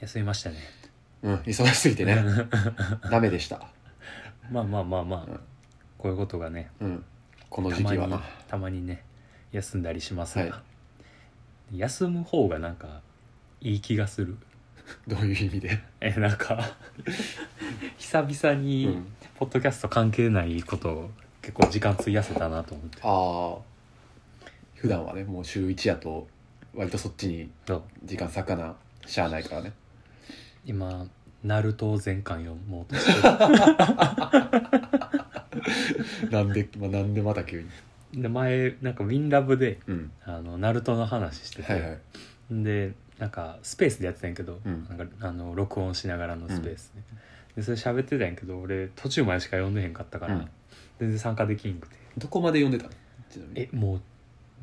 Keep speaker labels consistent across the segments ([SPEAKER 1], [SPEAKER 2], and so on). [SPEAKER 1] 休みましたね
[SPEAKER 2] うん忙しすぎてねダメでした
[SPEAKER 1] まあまあまあまあ、
[SPEAKER 2] うん
[SPEAKER 1] こういうことがね
[SPEAKER 2] うんこの
[SPEAKER 1] た
[SPEAKER 2] 時
[SPEAKER 1] ま
[SPEAKER 2] 期は
[SPEAKER 1] にたまにね休んだりしますが、
[SPEAKER 2] は
[SPEAKER 1] 休む方がなんかいい気がする
[SPEAKER 2] どういう意味で、
[SPEAKER 1] えなんか 久々
[SPEAKER 2] う
[SPEAKER 1] に
[SPEAKER 2] ん
[SPEAKER 1] ポッドキャスト関係ないことを結構時間費やせたなと思って
[SPEAKER 2] ああ普段はねもう週1やと割とそっちに
[SPEAKER 1] そう
[SPEAKER 2] 時間割かなしゃあないから ね
[SPEAKER 1] 今ナルトを全巻読もうとして
[SPEAKER 2] なんで、まあ、なんでまた急に
[SPEAKER 1] るで前なんか「ウィンラブで
[SPEAKER 2] うん
[SPEAKER 1] あのナルトの話してて、
[SPEAKER 2] はいはい
[SPEAKER 1] でなんかスペースでやってたんやけど、
[SPEAKER 2] うん
[SPEAKER 1] なんかあの録音しながらのスペースで,、でそれ喋ってたんやけど俺途中までしか読んでへんかったから、
[SPEAKER 2] うん
[SPEAKER 1] 全然参加できんくて
[SPEAKER 2] どこまで読んでたのちなみに
[SPEAKER 1] えもう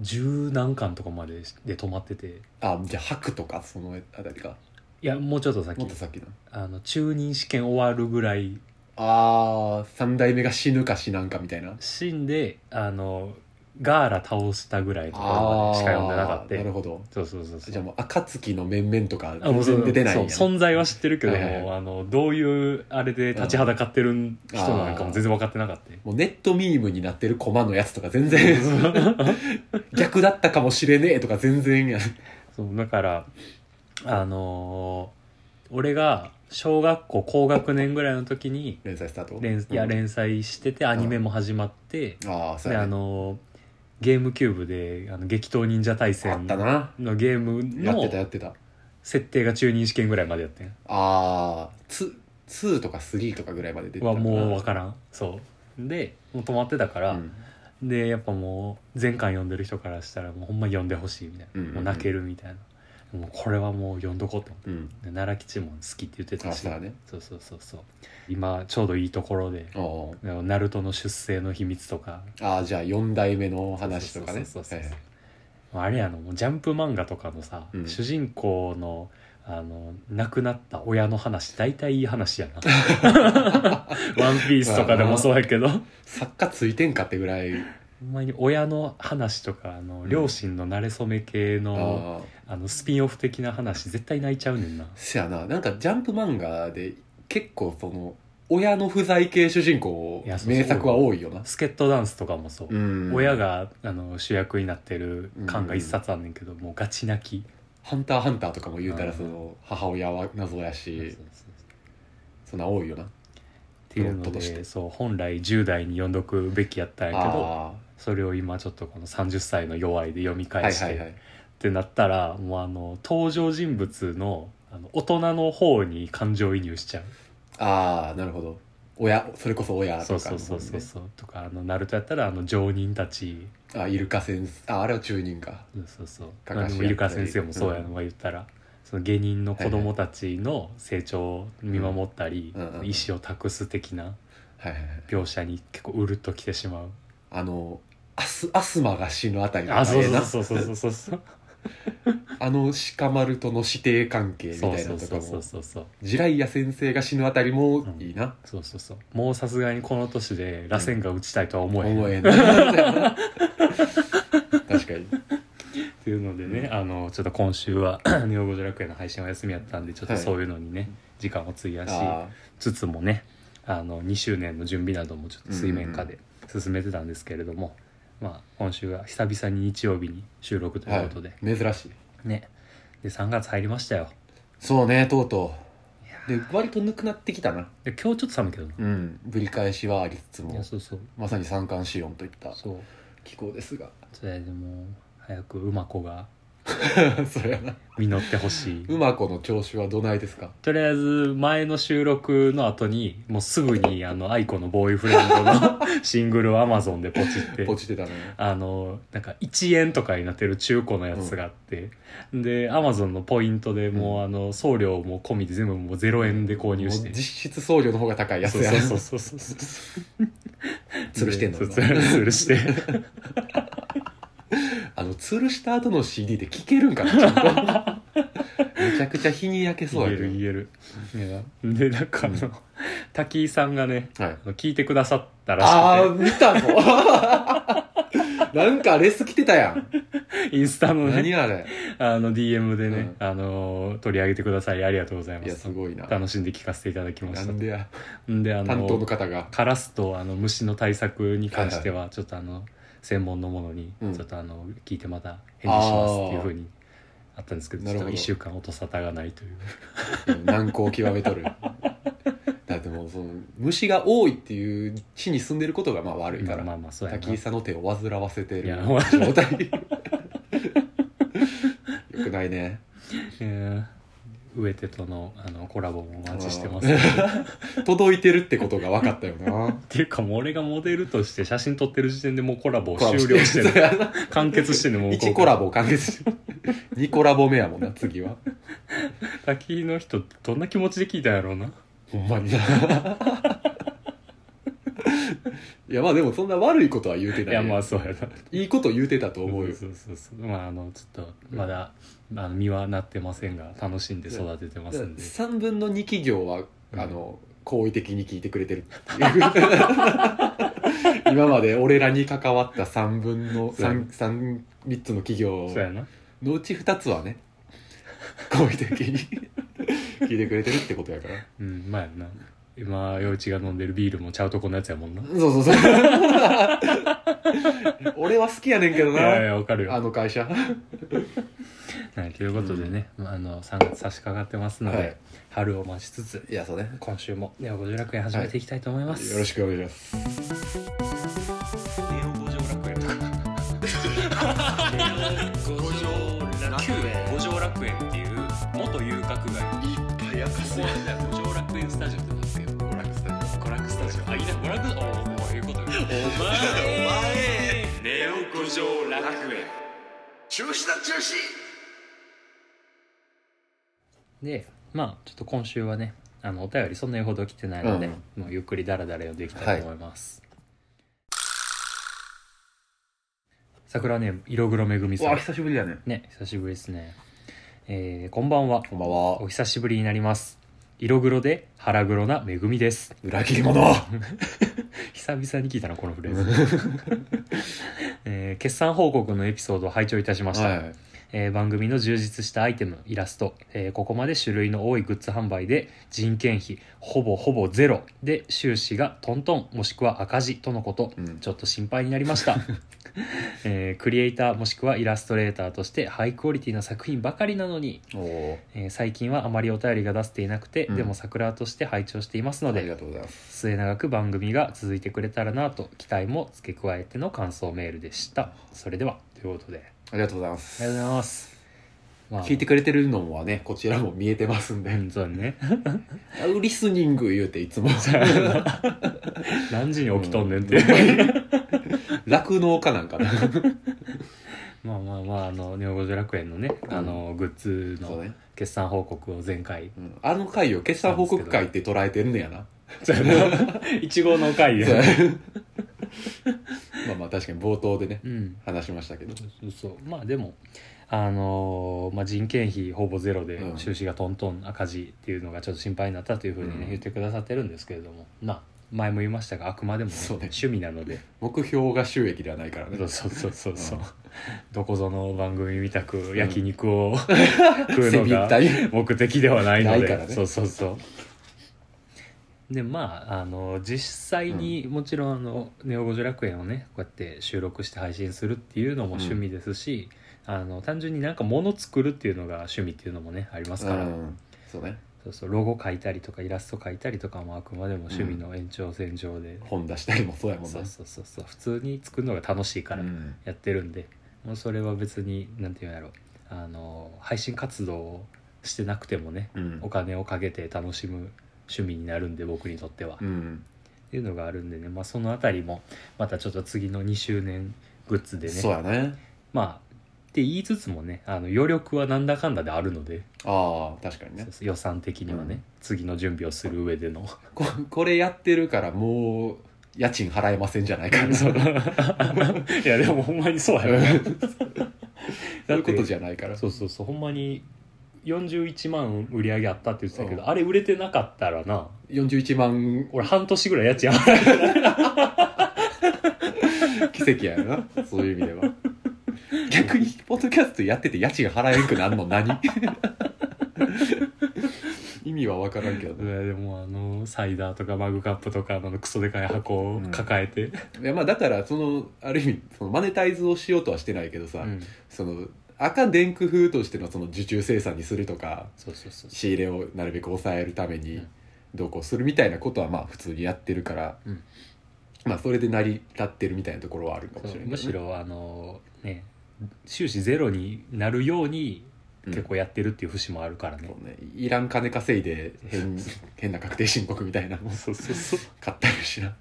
[SPEAKER 1] 十何巻とかまでしで止まってて
[SPEAKER 2] あじゃあ白とかそのあたりか
[SPEAKER 1] いやもうちょっと先
[SPEAKER 2] もっと先な
[SPEAKER 1] あの中任試験終わるぐらい
[SPEAKER 2] あー三代目が死ぬか死なんかみたいな
[SPEAKER 1] 死んであのガーラ倒したぐらいのところま
[SPEAKER 2] あ
[SPEAKER 1] で
[SPEAKER 2] あ
[SPEAKER 1] しか読んでなかった
[SPEAKER 2] なるほど
[SPEAKER 1] そうそうそうそう
[SPEAKER 2] じゃあもう暁の面々とか
[SPEAKER 1] あも
[SPEAKER 2] 全
[SPEAKER 1] うそう
[SPEAKER 2] 然出てないんや
[SPEAKER 1] そう存在は知ってるけども、
[SPEAKER 2] はいはいは
[SPEAKER 1] あのどういうあれで立ちはだかってる人なのかも全然分かってなかった
[SPEAKER 2] もうネットミームになってるコマのやつとか 全然逆だったかもしれねえとか全然や
[SPEAKER 1] そうだからあのー俺が小学校高学年ぐらいの時に
[SPEAKER 2] 連載スタート
[SPEAKER 1] 連いや連載しててアニメも始まって、
[SPEAKER 2] ああそう
[SPEAKER 1] で
[SPEAKER 2] や、
[SPEAKER 1] あ
[SPEAKER 2] ね、
[SPEAKER 1] のーゲームキューブであの激闘忍者対
[SPEAKER 2] あ
[SPEAKER 1] 戦
[SPEAKER 2] ったな
[SPEAKER 1] のゲーム
[SPEAKER 2] やってた
[SPEAKER 1] の
[SPEAKER 2] やってた
[SPEAKER 1] 設定が中任試験ぐらいまでやってん
[SPEAKER 2] ああ2とか3とかぐらいまで出てた
[SPEAKER 1] はもう分
[SPEAKER 2] か
[SPEAKER 1] からんそうでもう止まってたから、
[SPEAKER 2] うん
[SPEAKER 1] でやっぱもう前回読んでる人からしたらもうほんま読んでほしいみたいな、
[SPEAKER 2] うんうんうん
[SPEAKER 1] もう泣けるみたいなもうこれはもう読んどこうと思って
[SPEAKER 2] うん
[SPEAKER 1] で奈良吉も好きって言ってた
[SPEAKER 2] あ
[SPEAKER 1] し
[SPEAKER 2] そうだね
[SPEAKER 1] そうそうそうそう今ちょうどいいところで
[SPEAKER 2] あー
[SPEAKER 1] 「ナルトの出生の秘密」とか
[SPEAKER 2] あーじゃあ4代目の話とかね
[SPEAKER 1] そうそうそうそう
[SPEAKER 2] はいはい
[SPEAKER 1] あれやのもうジャンプ漫画とかのさ、
[SPEAKER 2] うん
[SPEAKER 1] 主人公のあの亡くなった親の話大体いい話や な「ワンピースとかでもそうやけどほ
[SPEAKER 2] 作家ついてんかってぐらい
[SPEAKER 1] んまに親の話とかあの
[SPEAKER 2] ん
[SPEAKER 1] 両親の馴れ初め系
[SPEAKER 2] あ
[SPEAKER 1] の,、
[SPEAKER 2] ー
[SPEAKER 1] あのスピンオフ的な話絶対泣いちゃうねんな
[SPEAKER 2] せやななんかジャンプ漫画で結構その親の不在系主人公
[SPEAKER 1] いやそう
[SPEAKER 2] 名作は多いよな
[SPEAKER 1] スケットダンスとかもそう、
[SPEAKER 2] うん
[SPEAKER 1] 親があの主役になってる感が一冊あんねんけど、もうガチ泣き
[SPEAKER 2] 「ハンターハンター」とかも言うた
[SPEAKER 1] う
[SPEAKER 2] ら
[SPEAKER 1] ん
[SPEAKER 2] その母親は謎や
[SPEAKER 1] そうそう
[SPEAKER 2] し
[SPEAKER 1] そう
[SPEAKER 2] そんな多いよな
[SPEAKER 1] っていう
[SPEAKER 2] プロット
[SPEAKER 1] の
[SPEAKER 2] として
[SPEAKER 1] でそう本来10代に読んどくべきやったんやけど
[SPEAKER 2] あ
[SPEAKER 1] それを今ちょっとこの30歳の弱いで読み
[SPEAKER 2] あは
[SPEAKER 1] 返
[SPEAKER 2] い
[SPEAKER 1] して、
[SPEAKER 2] はいはい
[SPEAKER 1] ってなったらもうあの登場人物のあの大人の方に感情移入しちゃう
[SPEAKER 2] ああなるほど親それこそ親
[SPEAKER 1] そ
[SPEAKER 2] と
[SPEAKER 1] う
[SPEAKER 2] か
[SPEAKER 1] そ
[SPEAKER 2] の
[SPEAKER 1] うそうそう
[SPEAKER 2] ね
[SPEAKER 1] そうとかあのナルトやったらあの上人たち
[SPEAKER 2] あイルカ先生ああれは中人か
[SPEAKER 1] そうそうそう
[SPEAKER 2] か
[SPEAKER 1] まあ
[SPEAKER 2] かしやったり
[SPEAKER 1] でもイルカ先生もそうやのが言ったら、その下人の子供たちの成長を見守ったり、
[SPEAKER 2] うんうんうん
[SPEAKER 1] 意思を託す的な
[SPEAKER 2] はいはいはい
[SPEAKER 1] 描写に結構うるっときてしまう
[SPEAKER 2] あのアスアスマが死ぬあたりとか
[SPEAKER 1] あそう
[SPEAKER 2] ええな
[SPEAKER 1] そうそうそうそう そう
[SPEAKER 2] あの鹿丸との師弟関係み
[SPEAKER 1] そ
[SPEAKER 2] た
[SPEAKER 1] う
[SPEAKER 2] いな
[SPEAKER 1] そ
[SPEAKER 2] の
[SPEAKER 1] う
[SPEAKER 2] と
[SPEAKER 1] そ
[SPEAKER 2] か
[SPEAKER 1] うそ
[SPEAKER 2] も
[SPEAKER 1] うそうそう
[SPEAKER 2] ジライヤ先生が死ぬあたりもいいな、
[SPEAKER 1] そうそうそうもうさすがにこの年で螺旋が打ちたいとは思えへん、
[SPEAKER 2] 思
[SPEAKER 1] っ
[SPEAKER 2] えない 確かに
[SPEAKER 1] ていうのでね、あのちょっと今週は ネオゴジ楽園の配信お休みやったんでちょっと
[SPEAKER 2] はい
[SPEAKER 1] そういうのにね、時間を費やし
[SPEAKER 2] あ
[SPEAKER 1] つつもねあの2周年の準備などもちょっと水面下で進めてたんですけれども、まあ、今週は久々に日曜日に収録と
[SPEAKER 2] あ、
[SPEAKER 1] い
[SPEAKER 2] は
[SPEAKER 1] うことで、
[SPEAKER 2] い、珍しい
[SPEAKER 1] ねで3月入りましたよ
[SPEAKER 2] そうねとうとうで割とぬくなってきたな
[SPEAKER 1] で今日ちょっと寒いけどな、
[SPEAKER 2] うんぶり返しはありつつ
[SPEAKER 1] い
[SPEAKER 2] も
[SPEAKER 1] やそうそう
[SPEAKER 2] まさに三寒四温といった
[SPEAKER 1] そう
[SPEAKER 2] 気候ですが
[SPEAKER 1] それでも早く馬子が
[SPEAKER 2] それやな
[SPEAKER 1] 実ってほしい
[SPEAKER 2] 馬子の調子はどないですか
[SPEAKER 1] とりあえず前の収録の後にもうすぐにあの愛子のボーイフレンドの シングルを Amazon でポチって
[SPEAKER 2] ポチってたのよ
[SPEAKER 1] あのなんか1円とかになってる中古のやつがあって、で Amazon のポイントでもう、あの送料も込みで全部もう0円で購入して
[SPEAKER 2] もう実質送料の方が高いやつ
[SPEAKER 1] そう
[SPEAKER 2] や
[SPEAKER 1] そうそうそうそうそう
[SPEAKER 2] 吊るしてんの
[SPEAKER 1] そう吊る吊るして
[SPEAKER 2] あの吊るした後の CD って聴けるんかなちゃんとめちゃくちゃ日に焼け
[SPEAKER 1] 言
[SPEAKER 2] そう
[SPEAKER 1] え
[SPEAKER 2] やけ
[SPEAKER 1] る
[SPEAKER 2] ど
[SPEAKER 1] 言える
[SPEAKER 2] い
[SPEAKER 1] で
[SPEAKER 2] や
[SPEAKER 1] なんかあの、
[SPEAKER 2] うん
[SPEAKER 1] 滝井さんがね
[SPEAKER 2] はい
[SPEAKER 1] あの聞いてくださったらしくて
[SPEAKER 2] ああー見たぞなんかレス来てたやん
[SPEAKER 1] インスタのね
[SPEAKER 2] 何あれ
[SPEAKER 1] あの DM でね、あの取り上げてくださりありがとうございま
[SPEAKER 2] い
[SPEAKER 1] す
[SPEAKER 2] やすごいな
[SPEAKER 1] 楽しんで聞かせていただきま
[SPEAKER 2] な
[SPEAKER 1] した
[SPEAKER 2] んでや
[SPEAKER 1] んであの
[SPEAKER 2] 担当の方が
[SPEAKER 1] カラスとあの虫の対策に関してはちょっとあの専門のものに
[SPEAKER 2] うん
[SPEAKER 1] ちょっとあの聞いてまた返事しますっていうふうにあったんですけど
[SPEAKER 2] な
[SPEAKER 1] ちょっ
[SPEAKER 2] るほ
[SPEAKER 1] と
[SPEAKER 2] ど
[SPEAKER 1] 1週間音沙汰がないという
[SPEAKER 2] 難航を極めとるだってもうその虫が多いっていう地に住んでることがまあ悪いから、
[SPEAKER 1] まあまあそうやな
[SPEAKER 2] 滝井さんの手を煩わせて
[SPEAKER 1] い
[SPEAKER 2] る
[SPEAKER 1] や
[SPEAKER 2] 状態よくないね
[SPEAKER 1] えー植手とのあのコラボもお待ちしてますっ
[SPEAKER 2] あー 届いてるってことが分かったよな
[SPEAKER 1] ていうかもう俺がモデルとして写真撮ってる時点でもうコラボ終了して る
[SPEAKER 2] る
[SPEAKER 1] 完結してるもう
[SPEAKER 2] 1コラボ完結してる2コラボ目やもんな次は
[SPEAKER 1] 滝の人どんな気持ちで聞いたんやろうな
[SPEAKER 2] ほんまにないやまあでもそんな悪いことは言うて
[SPEAKER 1] い
[SPEAKER 2] ない
[SPEAKER 1] やまあそうやない
[SPEAKER 2] いこと言うてたと思うよ
[SPEAKER 1] そうそうそうまああのちょっとまだ、あの身はなってませんが楽しんで育ててますんで
[SPEAKER 2] 3分の2企業は、
[SPEAKER 1] うん
[SPEAKER 2] あの好意的に聞いてくれてるっていう今まで俺らに関わった3分の
[SPEAKER 1] そうやな
[SPEAKER 2] 3三3つの企業
[SPEAKER 1] そうやな
[SPEAKER 2] のうち2つはね好意的に聞いてくれてるってことやから
[SPEAKER 1] うんまあやな今陽一が飲んでるビールもちゃうとこのやつやもんな
[SPEAKER 2] そうそうそう俺は好きやねんけど
[SPEAKER 1] い
[SPEAKER 2] な
[SPEAKER 1] やいやわかるよ
[SPEAKER 2] あの会社
[SPEAKER 1] はい、ということでね、まああの3月差し掛かってますので、
[SPEAKER 2] はい
[SPEAKER 1] 春を待ちつつ
[SPEAKER 2] いやそうね
[SPEAKER 1] 今週も「ネオ五十楽園」始めていきたいと思います、
[SPEAKER 2] よろしくお願いします
[SPEAKER 1] ネオ五十楽園五条楽園五条楽園っていう元遊郭街
[SPEAKER 2] 早かす
[SPEAKER 1] 五条楽園スタジオってなんですけど娯楽スタジオあいいな娯楽おおおいうことお前お前ネオ五条楽園
[SPEAKER 2] 中止だ中止
[SPEAKER 1] でまあちょっと今週はねあのお便りそんなにほど来てないので、
[SPEAKER 2] うん
[SPEAKER 1] もうゆっくりダラダラ読んでいきたいと思います、桜ネーム色黒めぐみ
[SPEAKER 2] う
[SPEAKER 1] さ
[SPEAKER 2] わ
[SPEAKER 1] ん
[SPEAKER 2] 久しぶりやね
[SPEAKER 1] ね久しぶりですねえーこんばんは
[SPEAKER 2] こんばんは
[SPEAKER 1] お久しぶりになります色黒で腹黒なめぐみです
[SPEAKER 2] 裏切り者
[SPEAKER 1] 久々に聞いたなこのフレーズ、 えー決算報告のエピソードを拝聴いたしました、
[SPEAKER 2] はい
[SPEAKER 1] えー番組の充実したアイテムイラスト、えーここまで種類の多いグッズ販売で人件費ほぼほぼゼロで収支がトントンもしくは赤字とのこと、
[SPEAKER 2] うん
[SPEAKER 1] ちょっと心配になりま した、えークリエイターもしくはイラストレーターとしてハイクオリティな作品ばかりなのに、
[SPEAKER 2] おお
[SPEAKER 1] えー最近はあまりお便りが出せていなくて、
[SPEAKER 2] うん
[SPEAKER 1] でも桜として拝聴しています
[SPEAKER 2] あ
[SPEAKER 1] の
[SPEAKER 2] り
[SPEAKER 1] で
[SPEAKER 2] がとうございます
[SPEAKER 1] 末永く番組が続いてくれたらなと期待も付け加えての感想メールでしたそれではということで
[SPEAKER 2] ありがとうございま
[SPEAKER 1] ありが
[SPEAKER 2] す
[SPEAKER 1] とうございます。まあ
[SPEAKER 2] 聞いてくれてるのはねこちらも見えてますん
[SPEAKER 1] う
[SPEAKER 2] で
[SPEAKER 1] ん、そうだ ね。
[SPEAKER 2] リスニング言うて いつも
[SPEAKER 1] 何時に起きとんねんって。
[SPEAKER 2] 酪農家なんかな
[SPEAKER 1] まあまあまあ、あの、ネオ五条楽園のね、
[SPEAKER 2] うん
[SPEAKER 1] あの、グッズ
[SPEAKER 2] そう
[SPEAKER 1] の
[SPEAKER 2] ね
[SPEAKER 1] 決算報告を前回。
[SPEAKER 2] うんあの回を決算報告会って捉えてんねやな
[SPEAKER 1] 一号の回
[SPEAKER 2] そう
[SPEAKER 1] で。
[SPEAKER 2] まあまあ確かに冒頭でね
[SPEAKER 1] うん。
[SPEAKER 2] 話しましたけど
[SPEAKER 1] そうそう。まあでも、あのーまあ、人件費ほぼゼロで
[SPEAKER 2] うん
[SPEAKER 1] 収支がトントン赤字っていうのがちょっと心配になったというふうにね、
[SPEAKER 2] うん
[SPEAKER 1] 言ってくださってるんですけれどもまあ前も言いましたがあくまでもね、
[SPEAKER 2] そうね
[SPEAKER 1] 趣味なので
[SPEAKER 2] 目標が収益ではないからね
[SPEAKER 1] そうそうそうそうそう、
[SPEAKER 2] うん
[SPEAKER 1] どこぞの番組みたく焼肉を、食う
[SPEAKER 2] セ
[SPEAKER 1] の
[SPEAKER 2] ビ
[SPEAKER 1] が
[SPEAKER 2] タイ
[SPEAKER 1] 目的ではないので
[SPEAKER 2] ないからね
[SPEAKER 1] そうそうそうでまああの実際に、もちろんあの「ネオ五条楽園」をねこうやって収録して配信するっていうのも趣味ですし、あの単純になんか物作るっていうのが趣味っていうのもねありますから、
[SPEAKER 2] うんそうね
[SPEAKER 1] そうそうロゴ描いたりとかイラスト描いたりとかもあくまでも趣味の延長線上で、
[SPEAKER 2] 本出したりもそうやもん
[SPEAKER 1] そ
[SPEAKER 2] な
[SPEAKER 1] うそうそうそう普通に作るのが楽しいから、
[SPEAKER 2] うん
[SPEAKER 1] やってるんでもうそれは別になんていうんだろうあの配信活動をしてなくてもね
[SPEAKER 2] うん
[SPEAKER 1] お金をかけて楽しむ趣味になるんで僕にとっては、
[SPEAKER 2] う
[SPEAKER 1] っ
[SPEAKER 2] ん
[SPEAKER 1] ていうのがあるんでね、まあ、そのあたりもまたちょっと次の2周年グッズで
[SPEAKER 2] そう
[SPEAKER 1] ね
[SPEAKER 2] やね
[SPEAKER 1] まあって言いつつもねあの余力はなんだかんだであるので、
[SPEAKER 2] ああ確かにね
[SPEAKER 1] そうそう予算的にはね、
[SPEAKER 2] うん
[SPEAKER 1] 次の準備をする上での
[SPEAKER 2] ここれやってるからもう家賃払えませんじゃないかな
[SPEAKER 1] そ
[SPEAKER 2] そう
[SPEAKER 1] いやでもほんまにそうやろ
[SPEAKER 2] ういうことじゃないから
[SPEAKER 1] そうそうそうほんまに41万売り上げあったって言ってたけど、
[SPEAKER 2] う
[SPEAKER 1] あれ売れてなかったらな
[SPEAKER 2] 41万
[SPEAKER 1] 俺半年ぐらい家賃払う
[SPEAKER 2] 奇跡やよなそういう意味では逆にポッドキャストやってて家賃払えんくなんの何 意味は分からんけど
[SPEAKER 1] い
[SPEAKER 2] ね、
[SPEAKER 1] やでもあのサイダーとかマグカップとかあのクソでかい箱を抱えて、
[SPEAKER 2] いやまあだからそのある意味そのマネタイズをしようとはしてないけど
[SPEAKER 1] う
[SPEAKER 2] さ、
[SPEAKER 1] ん
[SPEAKER 2] その赤電工風としてのその受注生産にするとか
[SPEAKER 1] そうそうそうそ
[SPEAKER 2] 仕入れをなるべく抑えるた
[SPEAKER 1] う
[SPEAKER 2] めに
[SPEAKER 1] ん
[SPEAKER 2] どうこうするみたいなことはまあ普通にやってるから、
[SPEAKER 1] うん
[SPEAKER 2] まあそれで成り立ってるみたいなところはあるか
[SPEAKER 1] う
[SPEAKER 2] もしれないけどね、
[SPEAKER 1] むしろあのね収支ゼロになるように
[SPEAKER 2] うん
[SPEAKER 1] 結構やってるっていう節もあるからね
[SPEAKER 2] そ、うね、いらん金稼いで 変変な確定申告みたいなのも
[SPEAKER 1] そうそうそう
[SPEAKER 2] 買ったりしな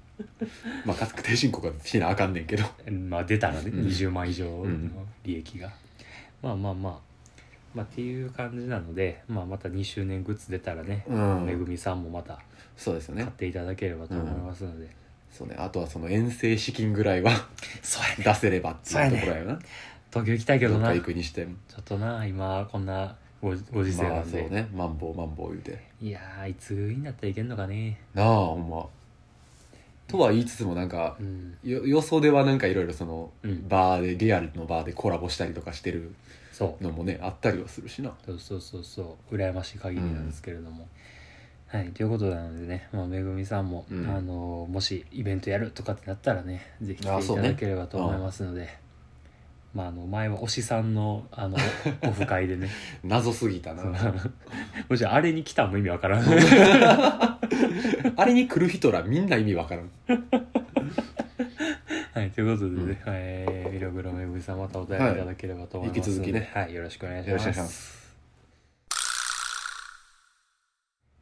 [SPEAKER 2] まあ確定申告はしなあかんねんけど
[SPEAKER 1] まあ出たらね、
[SPEAKER 2] うん
[SPEAKER 1] 20万以上の
[SPEAKER 2] うん
[SPEAKER 1] 利益が、まあまあまあまあっていう感じなので、まあ、また2周年グッズ出たらね、
[SPEAKER 2] う
[SPEAKER 1] め
[SPEAKER 2] ん
[SPEAKER 1] ぐみさんもまた
[SPEAKER 2] そうですよ
[SPEAKER 1] 買っ
[SPEAKER 2] ね
[SPEAKER 1] ていただければと思いますので、
[SPEAKER 2] そうねあとはその遠征資金ぐらいは
[SPEAKER 1] そうやね
[SPEAKER 2] 出せればっていうところやな、
[SPEAKER 1] 東京行きたいけど
[SPEAKER 2] どっ
[SPEAKER 1] な
[SPEAKER 2] か
[SPEAKER 1] ち
[SPEAKER 2] 行
[SPEAKER 1] ょ
[SPEAKER 2] くにしても
[SPEAKER 1] っとな今こんなごご時世
[SPEAKER 2] ま
[SPEAKER 1] な
[SPEAKER 2] あ
[SPEAKER 1] ん
[SPEAKER 2] そう
[SPEAKER 1] で、
[SPEAKER 2] ねマンボウマンボウ言うて
[SPEAKER 1] いやーいつになったらいけんのかね
[SPEAKER 2] なあほんまとは言いつつもなんか
[SPEAKER 1] うん
[SPEAKER 2] よ予想ではなんかいろいろその
[SPEAKER 1] うん
[SPEAKER 2] バーでリアルのバーでコラボしたりとかしてる
[SPEAKER 1] そう
[SPEAKER 2] のもねあったりはするしな
[SPEAKER 1] そうそうそうそう羨ましい限りなんですけれども、はいということなのでね、まあ、めぐみさんも、
[SPEAKER 2] うん
[SPEAKER 1] あのもしイベントやるとかってなったらねぜひ来
[SPEAKER 2] あ
[SPEAKER 1] てい
[SPEAKER 2] そう
[SPEAKER 1] た
[SPEAKER 2] ね
[SPEAKER 1] だければと思いますので、まああの前は推しさんのあ のオフ会でね
[SPEAKER 2] 謎すぎた
[SPEAKER 1] その
[SPEAKER 2] な
[SPEAKER 1] もしあれに来たも意味わからん
[SPEAKER 2] あれに来る人らみんな意味わからん
[SPEAKER 1] はいということでね、
[SPEAKER 2] うん
[SPEAKER 1] えー、ミログロめぐみさんまたお便りいただければと思いますので、
[SPEAKER 2] はい引き続きね
[SPEAKER 1] はい、よろしくお願いし
[SPEAKER 2] よろしくお願
[SPEAKER 1] ま
[SPEAKER 2] いしますす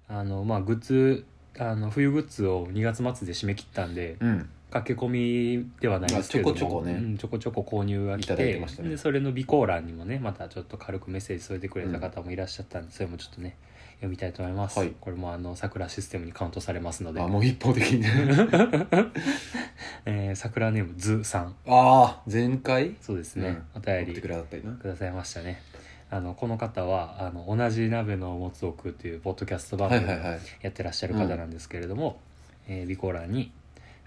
[SPEAKER 1] あのまあグッズあの冬グッズを2月末で締め切ったんで、
[SPEAKER 2] うん
[SPEAKER 1] 駆け込みではないですけれども
[SPEAKER 2] まあちょこちょこね
[SPEAKER 1] うんちょこちょこ購入が来て
[SPEAKER 2] いただいてましたね
[SPEAKER 1] でそれの備考欄にもねまたちょっと軽くメッセージ添えてくれた方もいらっしゃったんで、それもちょっとね読みたいと思います、
[SPEAKER 2] はい
[SPEAKER 1] これもあの桜システムにカウントされますので
[SPEAKER 2] あ、もう一方的にね
[SPEAKER 1] えー桜ネームズさん
[SPEAKER 2] ああ前回
[SPEAKER 1] そうですね、お便
[SPEAKER 2] や
[SPEAKER 1] り
[SPEAKER 2] ってく
[SPEAKER 1] く
[SPEAKER 2] ださったりな
[SPEAKER 1] ださいましたねあのこの方はあの「同じ鍋の持つ奥」というポッドキャスト番組を
[SPEAKER 2] はい
[SPEAKER 1] やってらっしゃる方なんですけれども、えー備考欄に「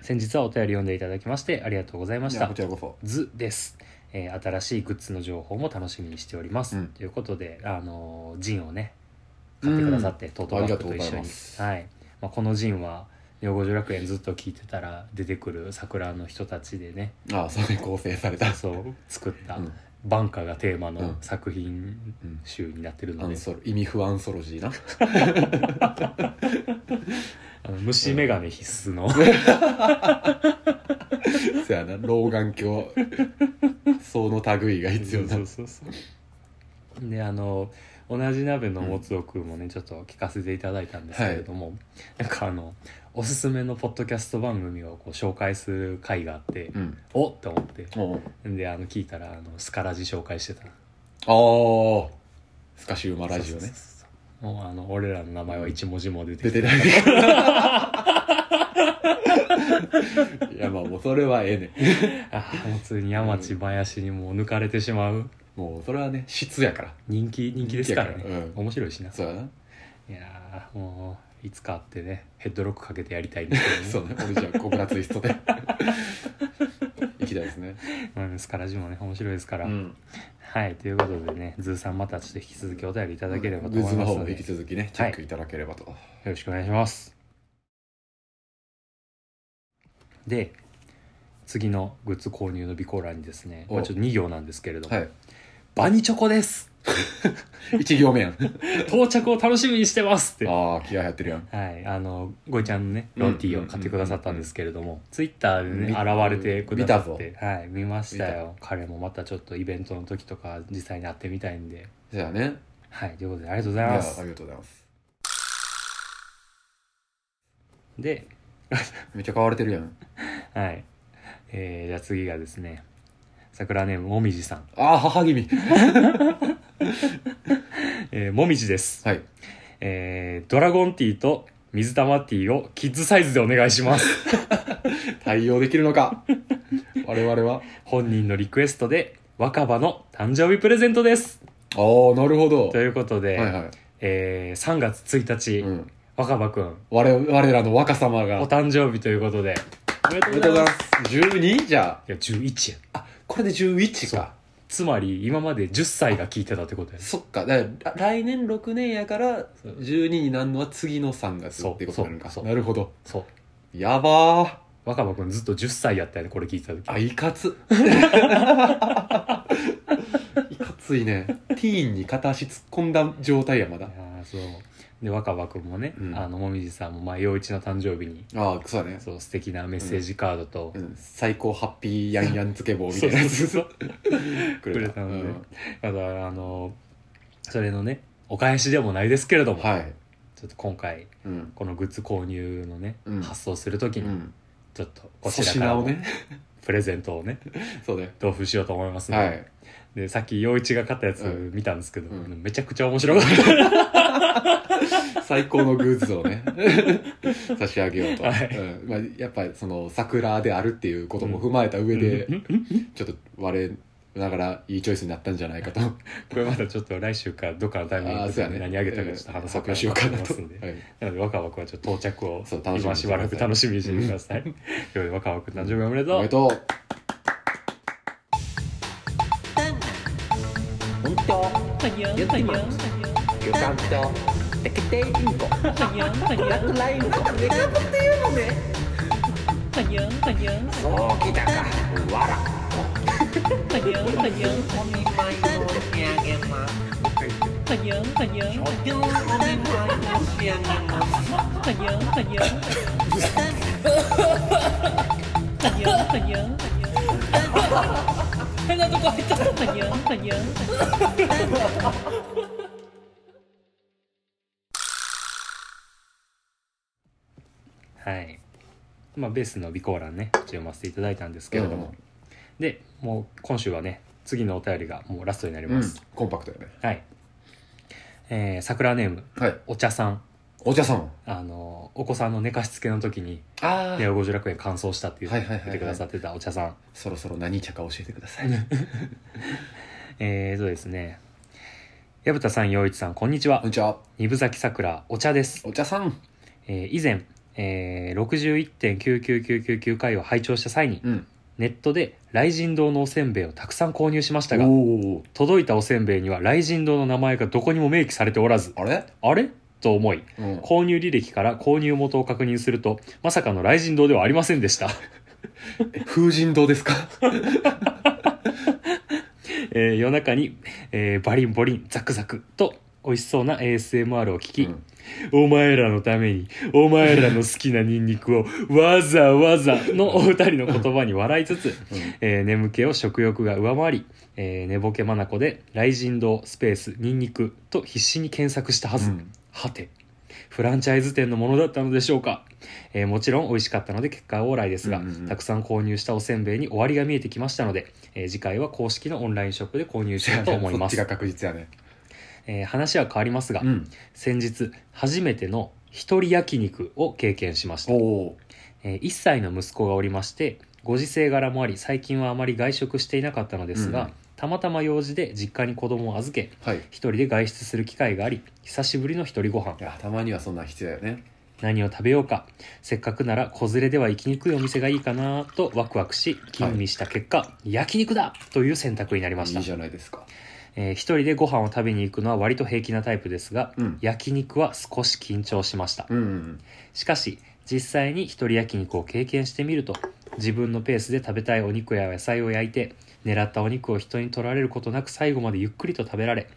[SPEAKER 1] 先日はお便り読んでいただきましてありがとうございまし
[SPEAKER 2] い
[SPEAKER 1] た
[SPEAKER 2] や」こちらこそ
[SPEAKER 1] 図です、えー新しいグッズの情報も楽しみにしております、
[SPEAKER 2] うん
[SPEAKER 1] ということで、あのージンをね買ってくださって、トートバッグと一
[SPEAKER 2] ありがとうござ
[SPEAKER 1] 緒
[SPEAKER 2] い
[SPEAKER 1] に
[SPEAKER 2] ます
[SPEAKER 1] はいまあ、このジンは「養護女楽園」ずっと聞いてたら出てくる桜の人たちでね
[SPEAKER 2] ああそれ構成された
[SPEAKER 1] そう作った
[SPEAKER 2] うん
[SPEAKER 1] 晩夏がテーマの
[SPEAKER 2] うん
[SPEAKER 1] 作品
[SPEAKER 2] うん
[SPEAKER 1] 集になってる
[SPEAKER 2] ア
[SPEAKER 1] ので
[SPEAKER 2] ン、ソロ意味不安ソロジーな
[SPEAKER 1] あの虫眼鏡必須の
[SPEAKER 2] そやな老眼鏡その類が必要な
[SPEAKER 1] そうそうそうであの同じ鍋のもつおくんもね、ちょっと聞かせていただいたんですけれども、なんかあのおすすめのポッドキャスト番組をこう紹介する回があって、
[SPEAKER 2] うん
[SPEAKER 1] おっと思って
[SPEAKER 2] お
[SPEAKER 1] であの聞いたらあのスカラジ紹介してた
[SPEAKER 2] ああスカシウマラジオ
[SPEAKER 1] そう
[SPEAKER 2] ね
[SPEAKER 1] そうそうそうもうあの俺らの名前は一文字も出て
[SPEAKER 2] 出
[SPEAKER 1] きて
[SPEAKER 2] てない からいやまあもうそれはええねん
[SPEAKER 1] ああもうついに山地林にもう抜かれてしまう
[SPEAKER 2] もうそれはね質やから
[SPEAKER 1] 人気人気ですからね
[SPEAKER 2] 人気やからうん
[SPEAKER 1] 面白いしな
[SPEAKER 2] そうやない
[SPEAKER 1] やーもういつかあってねヘッドロックかけてやりたいんですけどね
[SPEAKER 2] そうね俺じゃあコブラツイストで行きたいですね
[SPEAKER 1] うん、スカラジもね面白いですから、
[SPEAKER 2] うん
[SPEAKER 1] はいということでねズーさんまたちょっと引き続きお便りいただければと
[SPEAKER 2] グッ
[SPEAKER 1] 思い
[SPEAKER 2] ズの
[SPEAKER 1] ます
[SPEAKER 2] 方
[SPEAKER 1] の
[SPEAKER 2] も
[SPEAKER 1] で、
[SPEAKER 2] 引き
[SPEAKER 1] よ
[SPEAKER 2] 続きねチェックいただければと、
[SPEAKER 1] ろしくお願いしますで次のグッズ購入の備考欄にですね、
[SPEAKER 2] お
[SPEAKER 1] まあ、ちょっと2行なんですけれども、
[SPEAKER 2] はい
[SPEAKER 1] バニチョコです
[SPEAKER 2] 一行目やん
[SPEAKER 1] 到着を楽しみにしてます」って
[SPEAKER 2] ああ気合入ってるやん
[SPEAKER 1] はい、あのごいちゃんのねロンティーを買ってくださったんですけれども、ツイッターでね
[SPEAKER 2] 見
[SPEAKER 1] 現れてくださっ
[SPEAKER 2] 見
[SPEAKER 1] てはい、見ましたよ彼もまたちょっとイベントの時とか実際に会ってみたいんで
[SPEAKER 2] じゃあね
[SPEAKER 1] はいということでありがとうござ
[SPEAKER 2] い
[SPEAKER 1] い
[SPEAKER 2] や
[SPEAKER 1] ま
[SPEAKER 2] あ
[SPEAKER 1] す
[SPEAKER 2] りがとうございます
[SPEAKER 1] で、
[SPEAKER 2] めっちゃ買われてるやん
[SPEAKER 1] はいえー、じゃあ次がですね桜ネームもみじさん、
[SPEAKER 2] ああ母君
[SPEAKER 1] えー、もみじです、
[SPEAKER 2] はい
[SPEAKER 1] えー、ドラゴンティーと水玉ティーをキッズサイズでお願いします
[SPEAKER 2] 対応できるのか我々は
[SPEAKER 1] 本人のリクエストで若葉の誕生日プレゼントです
[SPEAKER 2] ああなるほど
[SPEAKER 1] ということで、
[SPEAKER 2] はいは
[SPEAKER 1] えー、3月1日、
[SPEAKER 2] い、うん、
[SPEAKER 1] 若葉くん
[SPEAKER 2] 我我らの若様が
[SPEAKER 1] お
[SPEAKER 2] お
[SPEAKER 1] 誕生日ということでおめで
[SPEAKER 2] めでとうございますす12じゃ
[SPEAKER 1] いや11や
[SPEAKER 2] あこれで11か
[SPEAKER 1] つまり今まで10歳が聞いてたってことやね
[SPEAKER 2] そっかだからら来年6年やから
[SPEAKER 1] そう
[SPEAKER 2] 12になるのは次の3月
[SPEAKER 1] そう
[SPEAKER 2] ってことになるの
[SPEAKER 1] そ
[SPEAKER 2] か
[SPEAKER 1] うそう
[SPEAKER 2] なるほど
[SPEAKER 1] そう
[SPEAKER 2] やばー
[SPEAKER 1] 若葉君ずっと10歳やったよねこれ聞いてた時
[SPEAKER 2] あいかついかついねティーンに片足突っ込んだ状態やまだ
[SPEAKER 1] ああそうで若葉君もね、
[SPEAKER 2] うん
[SPEAKER 1] あのもみじさんもまあ陽一の誕生日に
[SPEAKER 2] ああそうだね、
[SPEAKER 1] そう素敵なメッセージカードと、
[SPEAKER 2] うん、最高ハッピーヤンヤンつけ棒みたいなや
[SPEAKER 1] そう
[SPEAKER 2] つ
[SPEAKER 1] そう
[SPEAKER 2] く
[SPEAKER 1] くれたのね
[SPEAKER 2] うん
[SPEAKER 1] だからあのそれのねお返しでもないですけれども、
[SPEAKER 2] はい、
[SPEAKER 1] ちょっと今回
[SPEAKER 2] うん
[SPEAKER 1] このグッズ購入のね、
[SPEAKER 2] うん
[SPEAKER 1] 発送するとき
[SPEAKER 2] う
[SPEAKER 1] に
[SPEAKER 2] ん、
[SPEAKER 1] ちょっとこ
[SPEAKER 2] 粗
[SPEAKER 1] ちらから
[SPEAKER 2] 品を
[SPEAKER 1] も
[SPEAKER 2] ね
[SPEAKER 1] プレゼントをね
[SPEAKER 2] そうね
[SPEAKER 1] 同封しようと思いますの
[SPEAKER 2] は
[SPEAKER 1] で,、
[SPEAKER 2] い
[SPEAKER 1] でさっき陽一が買ったやつ
[SPEAKER 2] う
[SPEAKER 1] 見たんですけど、
[SPEAKER 2] うん
[SPEAKER 1] めちゃくちゃ面白かっ
[SPEAKER 2] 最高のグッズをね 差し上げようと、
[SPEAKER 1] はい
[SPEAKER 2] うんまあ、やっぱりその桜であるっていうことも踏まえた上で、
[SPEAKER 1] たうん
[SPEAKER 2] ちょっと我ながらいいチョイスになったんじゃないかと
[SPEAKER 1] これまだちょっと来週かどっかのタイミン
[SPEAKER 2] あ
[SPEAKER 1] グ
[SPEAKER 2] ーそう
[SPEAKER 1] で
[SPEAKER 2] やね
[SPEAKER 1] 何あげたかちょっと話そう
[SPEAKER 2] 発表しようかなと、
[SPEAKER 1] 思いますんで
[SPEAKER 2] はい
[SPEAKER 1] なので若葉君はちょっと到着を
[SPEAKER 2] そう楽しみ
[SPEAKER 1] 今
[SPEAKER 2] にし
[SPEAKER 1] し
[SPEAKER 2] てくだ
[SPEAKER 1] ば
[SPEAKER 2] さい
[SPEAKER 1] らく楽しみにしてください。ということで若葉君誕生日おめでと
[SPEAKER 2] おめ
[SPEAKER 1] う
[SPEAKER 2] でとう
[SPEAKER 3] 本当ゆってまゆたんとテケテイインコラットラインコメガボっていうのねそうきたかわらお見舞い申し上げますお見舞い申し上げます
[SPEAKER 1] はい。まあベースの備考欄ね、一応読ませていただいたんですけれども、
[SPEAKER 2] うん
[SPEAKER 1] で、もう今週はね、次のお便りがもうラストになり
[SPEAKER 2] う
[SPEAKER 1] ま
[SPEAKER 2] ん
[SPEAKER 1] す。
[SPEAKER 2] コンパクトやね
[SPEAKER 1] はい。えー、桜ネーム、
[SPEAKER 2] はい
[SPEAKER 1] お茶さん。
[SPEAKER 2] お茶さん
[SPEAKER 1] あの、お子さんの寝かしつけの時に、
[SPEAKER 2] あ
[SPEAKER 1] ネオ五十楽園完走したっていう、
[SPEAKER 2] はいはいはいはい
[SPEAKER 1] 言ってくださってたお茶さん。
[SPEAKER 2] そろそろ何茶か教えてください
[SPEAKER 1] えーとですね、矢蓋さん、陽一さん、こんにちは
[SPEAKER 2] こん。にちは
[SPEAKER 1] 二分咲き桜、お茶です。
[SPEAKER 2] お茶さん
[SPEAKER 1] えー以前、えー、61.99999回を拝聴した際に
[SPEAKER 2] うん
[SPEAKER 1] ネットで雷神堂のおせんべいをたくさん購入しましたが
[SPEAKER 2] おー
[SPEAKER 1] 届いたおせんべいには雷神堂の名前がどこにも明記されておらず
[SPEAKER 2] あれ、
[SPEAKER 1] あれと思い
[SPEAKER 2] うん、
[SPEAKER 1] 購入履歴から購入元を確認するとまさかの雷神堂ではありませんでした、
[SPEAKER 2] 風神堂ですか
[SPEAKER 1] えー夜中に、えーバリンボリンザクザクと美味しそうな ASMR を聞き、
[SPEAKER 2] うん
[SPEAKER 1] お前らのためにお前らの好きなニンニクを わざわざのお二人の言葉に笑いつつ
[SPEAKER 2] うん
[SPEAKER 1] えー眠気を食欲が上回り、えー寝ぼけ眼で「雷神堂スペースニンニク」と必死に検索したはず、
[SPEAKER 2] うん
[SPEAKER 1] はてフランチャイズ店のものだったのでしょうか、えーもちろん美味しかったので結果はオーライですが、
[SPEAKER 2] うんうんうん
[SPEAKER 1] たくさん購入したおせんべいに終わりが見えてきましたので、えー次回は公式のオンラインショップで購入しようと思います
[SPEAKER 2] そっちが確実やね
[SPEAKER 1] えー話は変わりますが、
[SPEAKER 2] うん
[SPEAKER 1] 先日初めての一人焼肉を経験しました
[SPEAKER 2] おお
[SPEAKER 1] えー1歳の息子がおりましてご時世柄もあり最近はあまり外食していなかったのですが、
[SPEAKER 2] うん
[SPEAKER 1] たまたま用事で実家に子供を預け
[SPEAKER 2] ーはいい
[SPEAKER 1] 一人で外出する機会があり久しぶりの一人ご飯
[SPEAKER 2] やたまにはそんなん必要やね
[SPEAKER 1] 何を食べようかせっかくなら子連れでは行きにくいお店がいいかなとワクワクし吟味した結果、焼肉だという選択になりました
[SPEAKER 2] いいじゃないですか
[SPEAKER 1] えー一人でご飯を食べに行くのは割と平気なタイプですが、
[SPEAKER 2] うん
[SPEAKER 1] 焼肉は少し緊張しました
[SPEAKER 2] うんうん
[SPEAKER 1] しかし実際に一人焼肉を経験してみると自分のペースで食べたいお肉や野菜を焼いて狙ったお肉を人に取られることなく最後までゆっくりと食べられ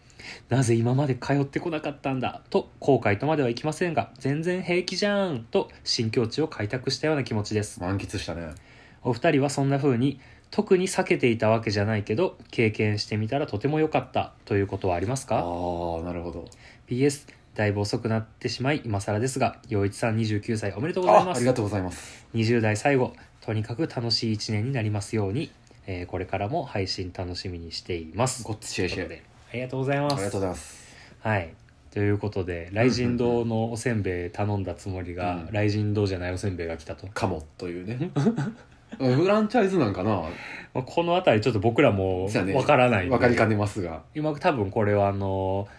[SPEAKER 1] なぜ今まで通ってこなかったんだと後悔とまではいきませんが全然平気じゃんと新境地を開拓したような気持ちです
[SPEAKER 2] 満喫したね
[SPEAKER 1] お二人はそんな風に特に避けていたわけじゃないけど経験してみたらとても良かったということはあります
[SPEAKER 2] ああ
[SPEAKER 1] か
[SPEAKER 2] ーなるほど
[SPEAKER 1] PS だいぶ遅くなってしまい今更ですが陽一さん29歳おめでとうござい
[SPEAKER 2] あ
[SPEAKER 1] ま
[SPEAKER 2] あ
[SPEAKER 1] す
[SPEAKER 2] りがとうございます
[SPEAKER 1] 20代最後とにかく楽しい1年になりますように、えーこれからも配信楽しみにしています
[SPEAKER 2] ごっつしえし
[SPEAKER 1] ということ
[SPEAKER 2] え
[SPEAKER 1] でありがとうございま
[SPEAKER 2] あ
[SPEAKER 1] す
[SPEAKER 2] りがとうございます
[SPEAKER 1] はいということで雷神堂のおせんべい頼んだつもりが、
[SPEAKER 2] うん
[SPEAKER 1] 雷神堂じゃないおせんべいが来たと、
[SPEAKER 2] かもというねうんフランチャイズなんかな
[SPEAKER 1] まあ、この辺りちょっと僕らも
[SPEAKER 2] そうやね
[SPEAKER 1] わからないんで
[SPEAKER 2] わかりかねますが
[SPEAKER 1] 今多分これはあの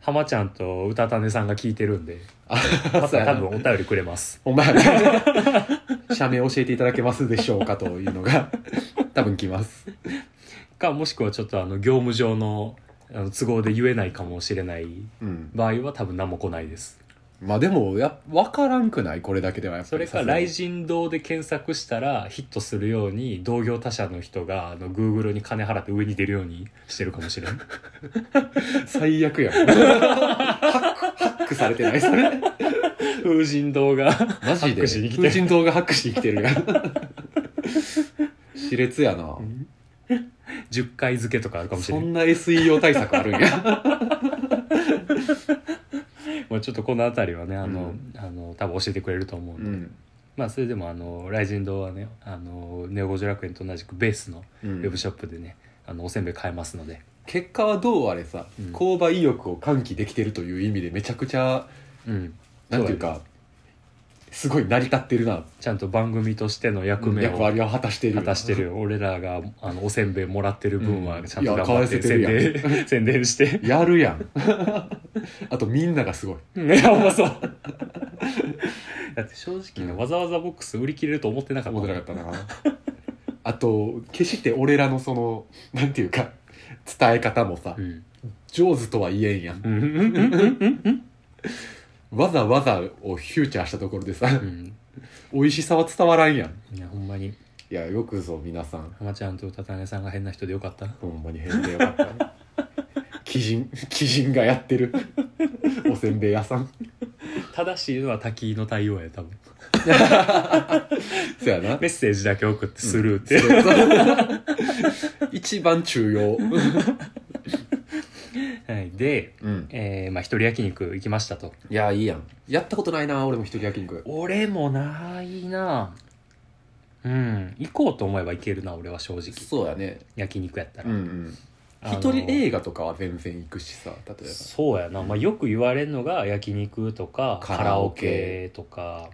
[SPEAKER 1] 浜ちゃんと歌たねさんが聞いてるんで
[SPEAKER 2] あ
[SPEAKER 1] ま た
[SPEAKER 2] そうや
[SPEAKER 1] 多
[SPEAKER 2] な
[SPEAKER 1] 分お便りくれます
[SPEAKER 2] お前社名教えていただけますでしょうかというのが多分来ます
[SPEAKER 1] かもしくはちょっとあの業務上のあの都合で言えないかもしれない
[SPEAKER 2] うん、
[SPEAKER 1] 場合は多分何も来ないです
[SPEAKER 2] まあでもや分からんくないこれだけではやっぱ
[SPEAKER 1] それ
[SPEAKER 2] り
[SPEAKER 1] か雷神堂で検索したらヒットするように同業他社の人があの Google に金払って上に出るようにしてるかもし れない
[SPEAKER 2] 最悪やんハックハックされてないそれ
[SPEAKER 1] 風神堂が
[SPEAKER 2] マジ
[SPEAKER 1] ハッ
[SPEAKER 2] で
[SPEAKER 1] クしに来てる
[SPEAKER 2] 風神堂がハックしに来て るやん熾烈やな
[SPEAKER 1] 10回付けとかあるかもしれ
[SPEAKER 2] そ
[SPEAKER 1] ない
[SPEAKER 2] んな SEO 対策あるんや
[SPEAKER 1] まあちょっとこの辺りはねあの、
[SPEAKER 2] うん
[SPEAKER 1] あの多分教えてくれると思うん
[SPEAKER 2] う
[SPEAKER 1] で、
[SPEAKER 2] ん、
[SPEAKER 1] まあそれでもあの雷神堂はねあのネオ五条楽園と同じくベースの
[SPEAKER 2] う
[SPEAKER 1] ウ
[SPEAKER 2] ん
[SPEAKER 1] ェブショップでね、あのおせんべい買えますので
[SPEAKER 2] 結果はどうあれさ、
[SPEAKER 1] うん
[SPEAKER 2] 購買意欲を喚起できてるという意味でめちゃくちゃ
[SPEAKER 1] うん
[SPEAKER 2] なんていうかすごい成り立ってるな
[SPEAKER 1] ちゃんと番組としての役目
[SPEAKER 2] 役
[SPEAKER 1] を
[SPEAKER 2] 割を果たしている
[SPEAKER 1] 果たしてるよ俺らがあのおせんべいもらってる分は
[SPEAKER 2] うん
[SPEAKER 1] ちゃんと頑張って
[SPEAKER 2] いや買
[SPEAKER 1] 宣
[SPEAKER 2] わせ
[SPEAKER 1] 伝,、 宣伝して
[SPEAKER 2] やるやん あとみんながすごい
[SPEAKER 1] いやほんまそう だって正直ね、
[SPEAKER 2] うん
[SPEAKER 1] わざわざボックス売り切れると思ってなかった
[SPEAKER 2] 思ってなかったなあと決して俺らのそのなんていうか伝え方もさ、
[SPEAKER 1] うん
[SPEAKER 2] 上手とは言えんやん
[SPEAKER 1] うんうんうんうん
[SPEAKER 2] わざわざをフューチャーしたところでさ、
[SPEAKER 1] うん
[SPEAKER 2] 美味しさは伝わらんやん
[SPEAKER 1] いやほんまに
[SPEAKER 2] いやよくぞ皆さん
[SPEAKER 1] 浜ちゃんとたたねさんが変な人でよかった
[SPEAKER 2] ほんまに変でよかったね 鬼人鬼人がやってるおせんべい屋さん
[SPEAKER 1] 正しいのは滝の対応や多分
[SPEAKER 2] そやな
[SPEAKER 1] メッセージだけ送ってスルーって、
[SPEAKER 2] 一番中要
[SPEAKER 1] はい、で、
[SPEAKER 2] うん
[SPEAKER 1] えーまあ、一人焼肉行きましたと
[SPEAKER 2] いやいいやんやったことないな俺も一人焼肉
[SPEAKER 1] 俺もないなうん行こうと思えば行けるな俺は正直
[SPEAKER 2] そうやね
[SPEAKER 1] 焼肉やった
[SPEAKER 2] う
[SPEAKER 1] ら、
[SPEAKER 2] んうん
[SPEAKER 1] あの
[SPEAKER 2] 一人映画とかは全然行くしさ例えば
[SPEAKER 1] そうやな、まあ、よく言われるのが焼肉とか
[SPEAKER 2] カ
[SPEAKER 1] カ
[SPEAKER 2] ラ
[SPEAKER 1] ラ
[SPEAKER 2] オ
[SPEAKER 1] オケ
[SPEAKER 2] ケ
[SPEAKER 1] とか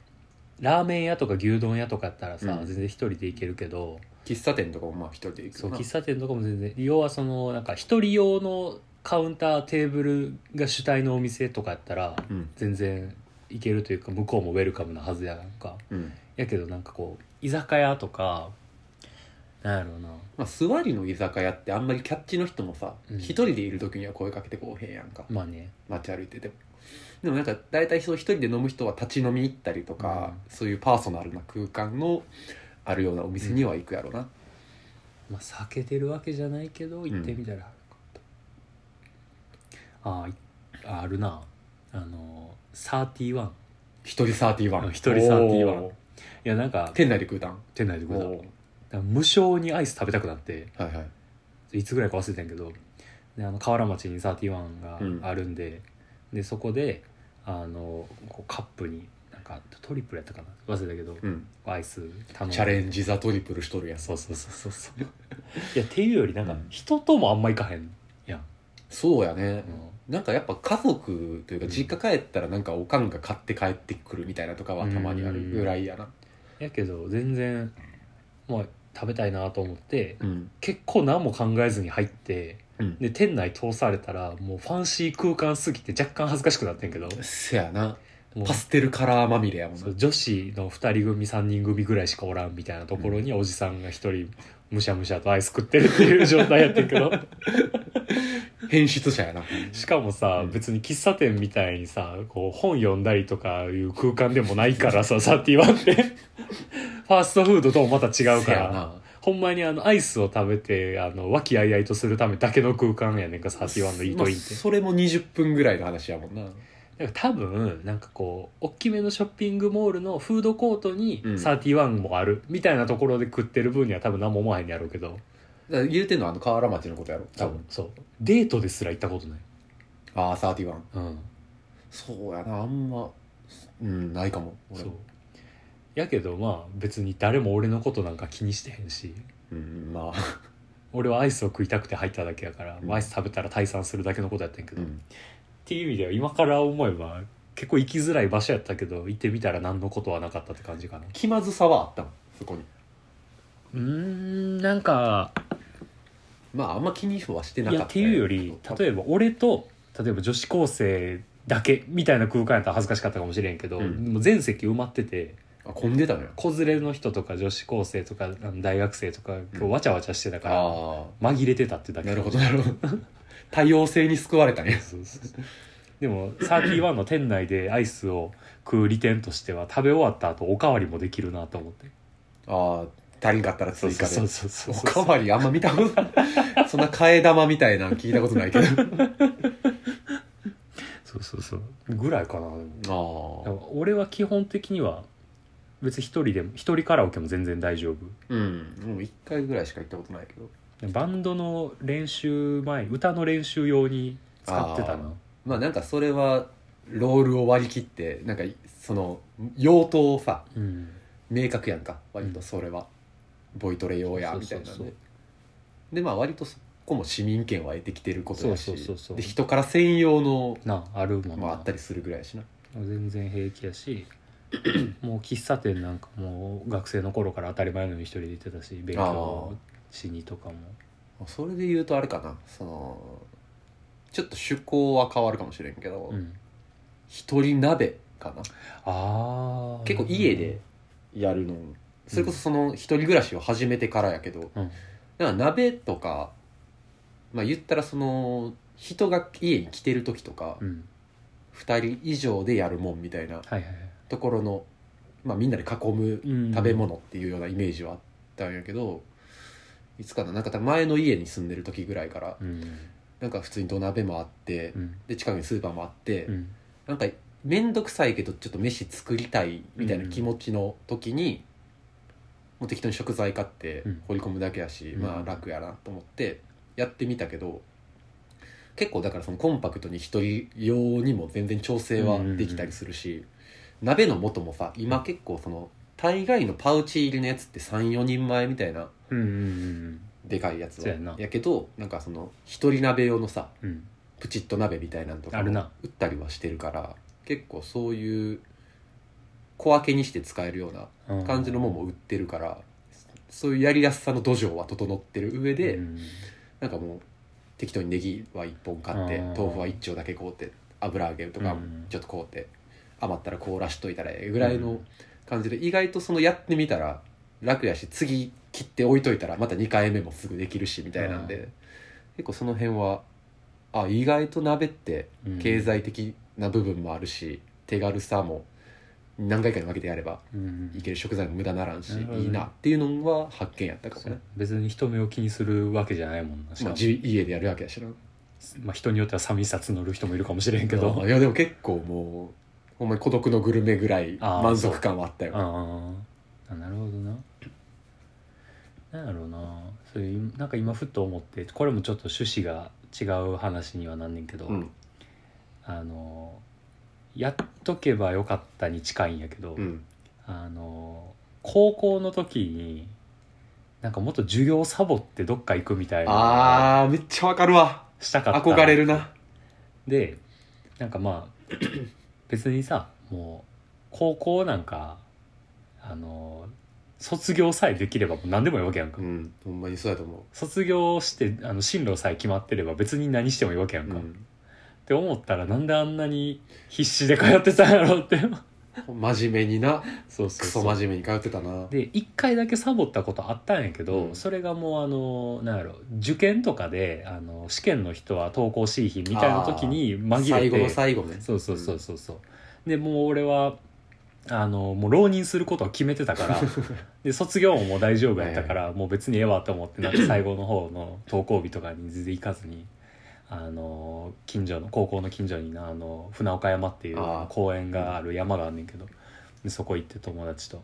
[SPEAKER 1] ラーメン屋とか牛丼屋とかやったらさ、
[SPEAKER 2] うん
[SPEAKER 1] 全然一人で行けるけど
[SPEAKER 2] 喫茶店とかもまあ一人で行く
[SPEAKER 1] そ
[SPEAKER 2] よ
[SPEAKER 1] う
[SPEAKER 2] な
[SPEAKER 1] 喫茶店とかも全然要はそのなんか一人用のカウンターテーブルが主体のお店とかやったら
[SPEAKER 2] うん
[SPEAKER 1] 全然行けるというか向こうもウェルカムなはずやなんか
[SPEAKER 2] うん
[SPEAKER 1] やけどなんかこう居酒屋とかなんやろうな
[SPEAKER 2] まあ、座りの居酒屋ってあんまりキャッチの人もさ一、
[SPEAKER 1] うん
[SPEAKER 2] 人でいる時には声かけてこうへんやんか
[SPEAKER 1] まあね
[SPEAKER 2] 街歩いててもでもなんか大体そう一人で飲む人は立ち飲み行ったりとか、そういうパーソナルな空間のあるようなお店には行くやろうな、
[SPEAKER 1] まあ、避けてるわけじゃないけど行ってみたらあるかと、あーいああるなあの31
[SPEAKER 2] 一人サーティワ
[SPEAKER 1] あ
[SPEAKER 2] ン
[SPEAKER 1] 一人31
[SPEAKER 2] おー
[SPEAKER 1] いやなんか
[SPEAKER 2] 店内で食うたん
[SPEAKER 1] 店内で食うた
[SPEAKER 2] おー
[SPEAKER 1] なんか無性にアイス食べたくなって
[SPEAKER 2] はいはい
[SPEAKER 1] いつぐらいか忘れてんけどであの河原町に31があるんで,、でそこであのこうカップになんかトリプルやったかな忘れたけど
[SPEAKER 2] うん
[SPEAKER 1] アイス頼んで
[SPEAKER 2] チャレンジザトリプルしとるやん
[SPEAKER 1] そうそうそうそうそういやっていうよりなんか
[SPEAKER 2] うん
[SPEAKER 1] 人ともあんま行かへんやん、
[SPEAKER 2] そうやね
[SPEAKER 1] あ、の
[SPEAKER 2] なんかやっぱ家族というか
[SPEAKER 1] うん
[SPEAKER 2] 実家帰ったらなんかおかんが買って帰ってくるみたいなとかはたまにあるぐらいやな
[SPEAKER 1] やけど全然まあ食べたいなと思って
[SPEAKER 2] うん、
[SPEAKER 1] 結構何も考えずに入って
[SPEAKER 2] うん、
[SPEAKER 1] で店内通されたらもうファンシー空間すぎて若干恥ずかしくなってんけど
[SPEAKER 2] せやな
[SPEAKER 1] もう
[SPEAKER 2] パステルカラーまみれやもんな
[SPEAKER 1] そう女子の2人組3人組ぐらいしかおらんみたいなところにおじさんが1人むしゃむしゃとアイス食ってるっていう状態やってんけど
[SPEAKER 2] 変質者やな
[SPEAKER 1] しかもさ
[SPEAKER 2] うん
[SPEAKER 1] 別に喫茶店みたいにさこう本読んだりとかいう空間でもないからさサティワンってファーストフードともまた違う
[SPEAKER 2] せ
[SPEAKER 1] か
[SPEAKER 2] や
[SPEAKER 1] ら
[SPEAKER 2] な
[SPEAKER 1] ほんまにあのアイスを食べてあの和気あいあいとするためだけの空間やねんかサティワンのイートインって
[SPEAKER 2] まあ、それも20分ぐらいの話やもんな
[SPEAKER 1] なんか多分なんかこう大きめのショッピングモールのフードコートに
[SPEAKER 2] うん
[SPEAKER 1] 31もあるみたいなところで食ってる分には多分何も思わへんやろうけど
[SPEAKER 2] だから言うてんのはあの河原町のことやろ多
[SPEAKER 1] 多
[SPEAKER 2] 分
[SPEAKER 1] 分そうデートですら行ったことない、
[SPEAKER 2] ああ31
[SPEAKER 1] うん、
[SPEAKER 2] そうやなあんまうんないかも俺
[SPEAKER 1] そうやけどまあ別に誰も俺のことなんか気にしてへんし
[SPEAKER 2] うんまあ、
[SPEAKER 1] 俺はアイスを食いたくて入っただけやから、
[SPEAKER 2] うん
[SPEAKER 1] まあアイス食べたら退散するだけのことやったんやけど、っていう意味では今から思えば結構行きづらい場所やったけど行ってみたら何のことはなかったって感じかな
[SPEAKER 2] 気まずさはあったもんそこに
[SPEAKER 1] うーんなんか
[SPEAKER 2] まああんま気にはしてないかった
[SPEAKER 1] やっていうより例えば俺と例えば女子高生だけみたいな空間やったら恥ずかしかったかもしれんけど、
[SPEAKER 2] うん
[SPEAKER 1] もう全席埋まってて
[SPEAKER 2] あ混んでたのよ
[SPEAKER 1] 子連れの人とか女子高生とかあの大学生とか今
[SPEAKER 2] うん
[SPEAKER 1] 日わちゃわちゃしてたから、
[SPEAKER 2] あ
[SPEAKER 1] 紛れてたってだ
[SPEAKER 2] あ
[SPEAKER 1] け
[SPEAKER 2] なるほどなるほど多様性に救われたね
[SPEAKER 1] そうそうそう でも31の店内でアイスを食う利点としては食べ終わった後おかわりもできるなと思って
[SPEAKER 2] ああ足りんかったら追加で
[SPEAKER 1] そうそうそう
[SPEAKER 2] お
[SPEAKER 1] そう
[SPEAKER 2] かわりあんま見たことないそんな替え玉みたいなの聞いたことないけど
[SPEAKER 1] そうそうそうぐらいかなでもだ
[SPEAKER 2] あ
[SPEAKER 1] から俺は基本的には別に一人でも一人カラオケも全然大丈夫
[SPEAKER 2] あうんもう1回ぐらいしか行ったことないけど
[SPEAKER 1] バンドの練習前歌の練習用に使ってたな
[SPEAKER 2] まあなんかそれはロールを割り切ってなんかその用途をさ
[SPEAKER 1] うん
[SPEAKER 2] 明確やんか割とそれは、ボイトレ用やみたいなね
[SPEAKER 1] そうそうそう
[SPEAKER 2] でまあ割とそこも市民権は得てきてることだし
[SPEAKER 1] そうそうそうそう
[SPEAKER 2] で人から専用の
[SPEAKER 1] なあるもんな
[SPEAKER 2] もあったりするぐらいやしな
[SPEAKER 1] 全然平気や しもう喫茶店なんかもう学生の頃から当たり前のように一人で行ってたし勉強しにとかも
[SPEAKER 2] それで言うとあれかなそのちょっと趣向は変わるかもしれんけど、
[SPEAKER 1] うん
[SPEAKER 2] 一人鍋かな
[SPEAKER 1] ああ
[SPEAKER 2] 結構家でやるのそれこそその一人暮らしを始めてからやけど、
[SPEAKER 1] うん
[SPEAKER 2] だから鍋とかまあ言ったらその人が家に来てる時とか、
[SPEAKER 1] うん
[SPEAKER 2] 二人以上でやるもんみたいな
[SPEAKER 1] はいはいはい
[SPEAKER 2] ところの、まあ、みんなで囲む
[SPEAKER 1] うん
[SPEAKER 2] 食べ物っていうようなイメージはあったんやけど、いつかななんか多分前の家に住んでる時ぐらいから
[SPEAKER 1] うん
[SPEAKER 2] なんか普通に土鍋もあって、
[SPEAKER 1] うん
[SPEAKER 2] で近くにスーパーもあって、
[SPEAKER 1] うん
[SPEAKER 2] なんか面倒くさいけどちょっと飯作りたいみたいな気持ちの時に、もう適当に食材買って
[SPEAKER 1] うん
[SPEAKER 2] 放り込むだけやし、
[SPEAKER 1] うん
[SPEAKER 2] まあ楽やなと思ってやってみたけど結構だからそのコンパクトに一人用にも全然調整はできたりするし、鍋の素もさ今結構その大概のパウチ入りのやつって34人前みたいな
[SPEAKER 1] うんうん
[SPEAKER 2] でかいやつ
[SPEAKER 1] そう
[SPEAKER 2] は
[SPEAKER 1] やな
[SPEAKER 2] やけどなんかその一人鍋用のさ
[SPEAKER 1] うんうん
[SPEAKER 2] プチッと鍋みたいなんとか
[SPEAKER 1] ある
[SPEAKER 2] も
[SPEAKER 1] な
[SPEAKER 2] 売ったりはしてるから結構そういう小分けにして使えるような
[SPEAKER 1] うん
[SPEAKER 2] 感じのもんも売ってるから、そういうやりやすさの土壌は整ってる上で、
[SPEAKER 1] うん
[SPEAKER 2] なんかもう適当にネギは1本買って、
[SPEAKER 1] うん
[SPEAKER 2] 豆腐は1丁だけ買うて油揚げと
[SPEAKER 1] う
[SPEAKER 2] か
[SPEAKER 1] ん
[SPEAKER 2] ちょっと買うて、余ったら凍らしといたらええぐらいうの
[SPEAKER 1] ん
[SPEAKER 2] 感じで、意外とそのやってみたら楽やし次切って置いといたらまた2回目もすぐできるしみたいなんで、
[SPEAKER 1] う
[SPEAKER 2] 結構その辺はあ意外と鍋って
[SPEAKER 1] うん
[SPEAKER 2] 経済的な部分もあるし、手軽さも何回かに分けてやれば
[SPEAKER 1] うん
[SPEAKER 2] いける食材も無駄ならんし、
[SPEAKER 1] なるほどね
[SPEAKER 2] いいなっていうのは発見やったかも
[SPEAKER 1] そう
[SPEAKER 2] ね、
[SPEAKER 1] 別に人目を気にするわけじゃないもんなしか
[SPEAKER 2] まあ、
[SPEAKER 1] も
[SPEAKER 2] じ家でやるわけやしな
[SPEAKER 1] まあ人によっては寂しさ募る人もいるかもしれんけど
[SPEAKER 2] いやでも結構もうほんまに孤独のグルメぐらい
[SPEAKER 1] あー
[SPEAKER 2] 満足感はあったよ
[SPEAKER 1] ああなるほどななんやろうなそういうなんか今ふと思ってこれもちょっと趣旨が違う話にはなんねんけど、
[SPEAKER 2] うん
[SPEAKER 1] あのやっとけばよかったに近いんやけど、
[SPEAKER 2] うん
[SPEAKER 1] あの高校の時になんかもっと授業サボってどっか行くみたいな
[SPEAKER 2] あーめっちゃわかるわ
[SPEAKER 1] したかった
[SPEAKER 2] 憧れるな
[SPEAKER 1] でなんかまあ 別にさもう高校なんかあの卒業さえできればもう何でもいいわけやんか、
[SPEAKER 2] うんほんまにそうやと思
[SPEAKER 1] 卒業してあの進路さえ決まってれば別に何してもいいわけや
[SPEAKER 2] う、
[SPEAKER 1] ん
[SPEAKER 2] う
[SPEAKER 1] か、っ
[SPEAKER 2] ん、
[SPEAKER 1] て思ったらなんであんなに必死で通ってたんやろ って
[SPEAKER 2] 真面目にな
[SPEAKER 1] そう
[SPEAKER 2] ク
[SPEAKER 1] そう
[SPEAKER 2] ソ
[SPEAKER 1] そう
[SPEAKER 2] 真面目に通ってたな
[SPEAKER 1] で1回だけサボったことあったんやけど、
[SPEAKER 2] うん
[SPEAKER 1] それがもうあのなんやろ受験とかであの試験の人は登校しい日みたいな時に紛れて
[SPEAKER 2] 最後の最後ね
[SPEAKER 1] そうそうそうそうそうでもう俺はあのもう浪人することは決めてた からで卒業ももう大丈夫やったからもう別にええわと思ってなんか最後の方の登校日とかに全然行かずにあの近所の高校の近所になあの船岡山っていう
[SPEAKER 2] あー
[SPEAKER 1] 公園がある山があんねんけどでそこ行って友達と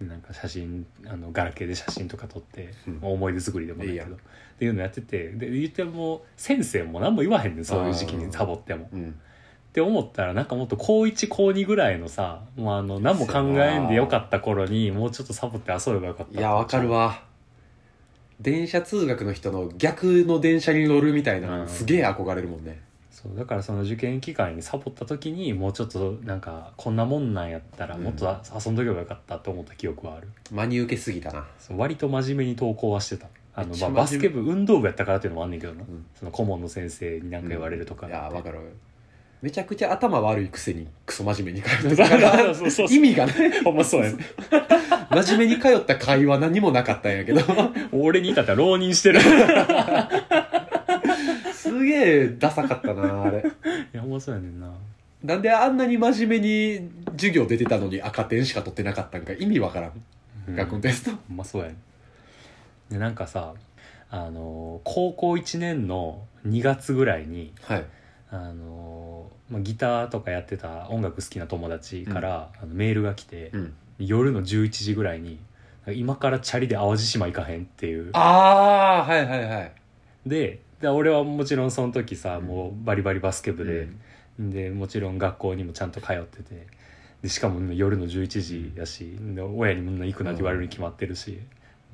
[SPEAKER 1] でなんか写真あのガラケーで写真とか撮って、
[SPEAKER 2] うん
[SPEAKER 1] 思い出作りでもないけ
[SPEAKER 2] いい
[SPEAKER 1] ど
[SPEAKER 2] や
[SPEAKER 1] っていうのやっててで言っても先生も何も言わへんねんそういう時期にサボっても。
[SPEAKER 2] う
[SPEAKER 1] っ
[SPEAKER 2] ん
[SPEAKER 1] て思ったらなんかもっと高1高2ぐらいのさもうあの何も考えんでよかった頃にもうちょっとサボって遊べばよかった
[SPEAKER 2] いやわかるわ電車通学の人の逆の電車に乗るみたいな
[SPEAKER 1] うん
[SPEAKER 2] のすげえ憧れるもんね
[SPEAKER 1] そうだからその受験期間にサボった時にもうちょっとなんかこんなもんなんやったらもっとあ遊んどけばよかったと思った記憶はある、
[SPEAKER 2] 真に受けすぎたな
[SPEAKER 1] そう割と真面目に投稿はしてたあの、
[SPEAKER 2] めっち
[SPEAKER 1] ま
[SPEAKER 2] ゃ
[SPEAKER 1] あ、
[SPEAKER 2] 真
[SPEAKER 1] バス
[SPEAKER 2] 面目
[SPEAKER 1] ケ部運動部やったからっていうのもあんねんけどな、
[SPEAKER 2] うん
[SPEAKER 1] その顧問の先生に何か言われるとか、
[SPEAKER 2] いやわかるめちゃくちゃ頭悪いくせにクソ真面目に通
[SPEAKER 1] そ
[SPEAKER 2] っ
[SPEAKER 1] う
[SPEAKER 2] たから
[SPEAKER 1] そうそう
[SPEAKER 2] 意味がない
[SPEAKER 1] ほんまそうやね
[SPEAKER 2] 真面目に通った会話何もなかったんやけ ど
[SPEAKER 1] 俺に至ったら浪人してる い
[SPEAKER 2] すげえダサかったなあれ
[SPEAKER 1] やほんまそうやねんな
[SPEAKER 2] なんであんなに真面目に授業出てたのに赤点しか取ってなかったんか意味わからん、
[SPEAKER 1] うん
[SPEAKER 2] 学校のテスト
[SPEAKER 1] ほんまそうやねでなんかさあの高校1年の2月ぐらいに
[SPEAKER 2] はい
[SPEAKER 1] あの、まあ、ギターとかやってた音楽好きな友達から、あのメールが来て、
[SPEAKER 2] うん
[SPEAKER 1] 夜の11時ぐらいに「今からチャリで淡路島行かへん」っていう
[SPEAKER 2] ああはいはいはい
[SPEAKER 1] でで俺はもちろんその時さ、
[SPEAKER 2] うん
[SPEAKER 1] もうバリバリバスケ部
[SPEAKER 2] う
[SPEAKER 1] で、
[SPEAKER 2] ん
[SPEAKER 1] でもちろん学校にもちゃんと通っててでしかも夜の11時やし、で親にみんな行くなって言われるに決まってるし、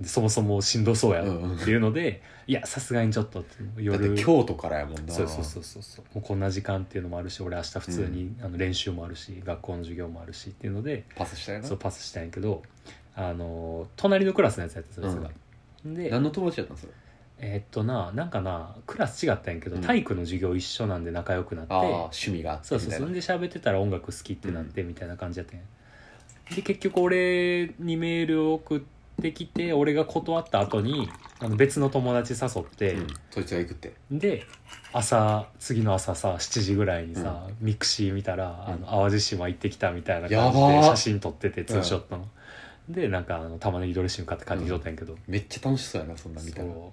[SPEAKER 1] でそもそもしんどそうやっていうので、いやさすがにちょっとって
[SPEAKER 2] だっ
[SPEAKER 1] 夜
[SPEAKER 2] て京都からやもんな
[SPEAKER 1] そうそうそうそうそうもうこんな時間っていうのもあるし俺明日普通に、あの練習もあるし学校の授業もあるしっていうので
[SPEAKER 2] パスしたよな
[SPEAKER 1] そうパスしたんやけどあの隣のクラスのやつやってたんですが、で
[SPEAKER 2] 何の友達やったんそれ
[SPEAKER 1] えーっとななんかなクラス違ったんやけど、
[SPEAKER 2] うん
[SPEAKER 1] 体育の授業一緒なんで仲良くなって
[SPEAKER 2] ああ趣味があって
[SPEAKER 1] そうそうそ
[SPEAKER 2] み
[SPEAKER 1] んで喋ってたら音楽好きってなってみたいな感じやったんや、で結局俺にメールを送ってきて俺が断った後にあの別の友達誘って
[SPEAKER 2] たいな、うん、そいつが行くって
[SPEAKER 1] で朝次の朝さ7時ぐらいにさ、ミクシー見たら、
[SPEAKER 2] うん
[SPEAKER 1] あの淡路島行ってきたみたいな感じ
[SPEAKER 2] やば
[SPEAKER 1] で
[SPEAKER 2] ー
[SPEAKER 1] 写真撮っててツーショットの、でなんかあの玉ねぎドレッシング買って帰ってきとったんやけど、
[SPEAKER 2] めっちゃ楽しそうやなそんなん見たら
[SPEAKER 1] そ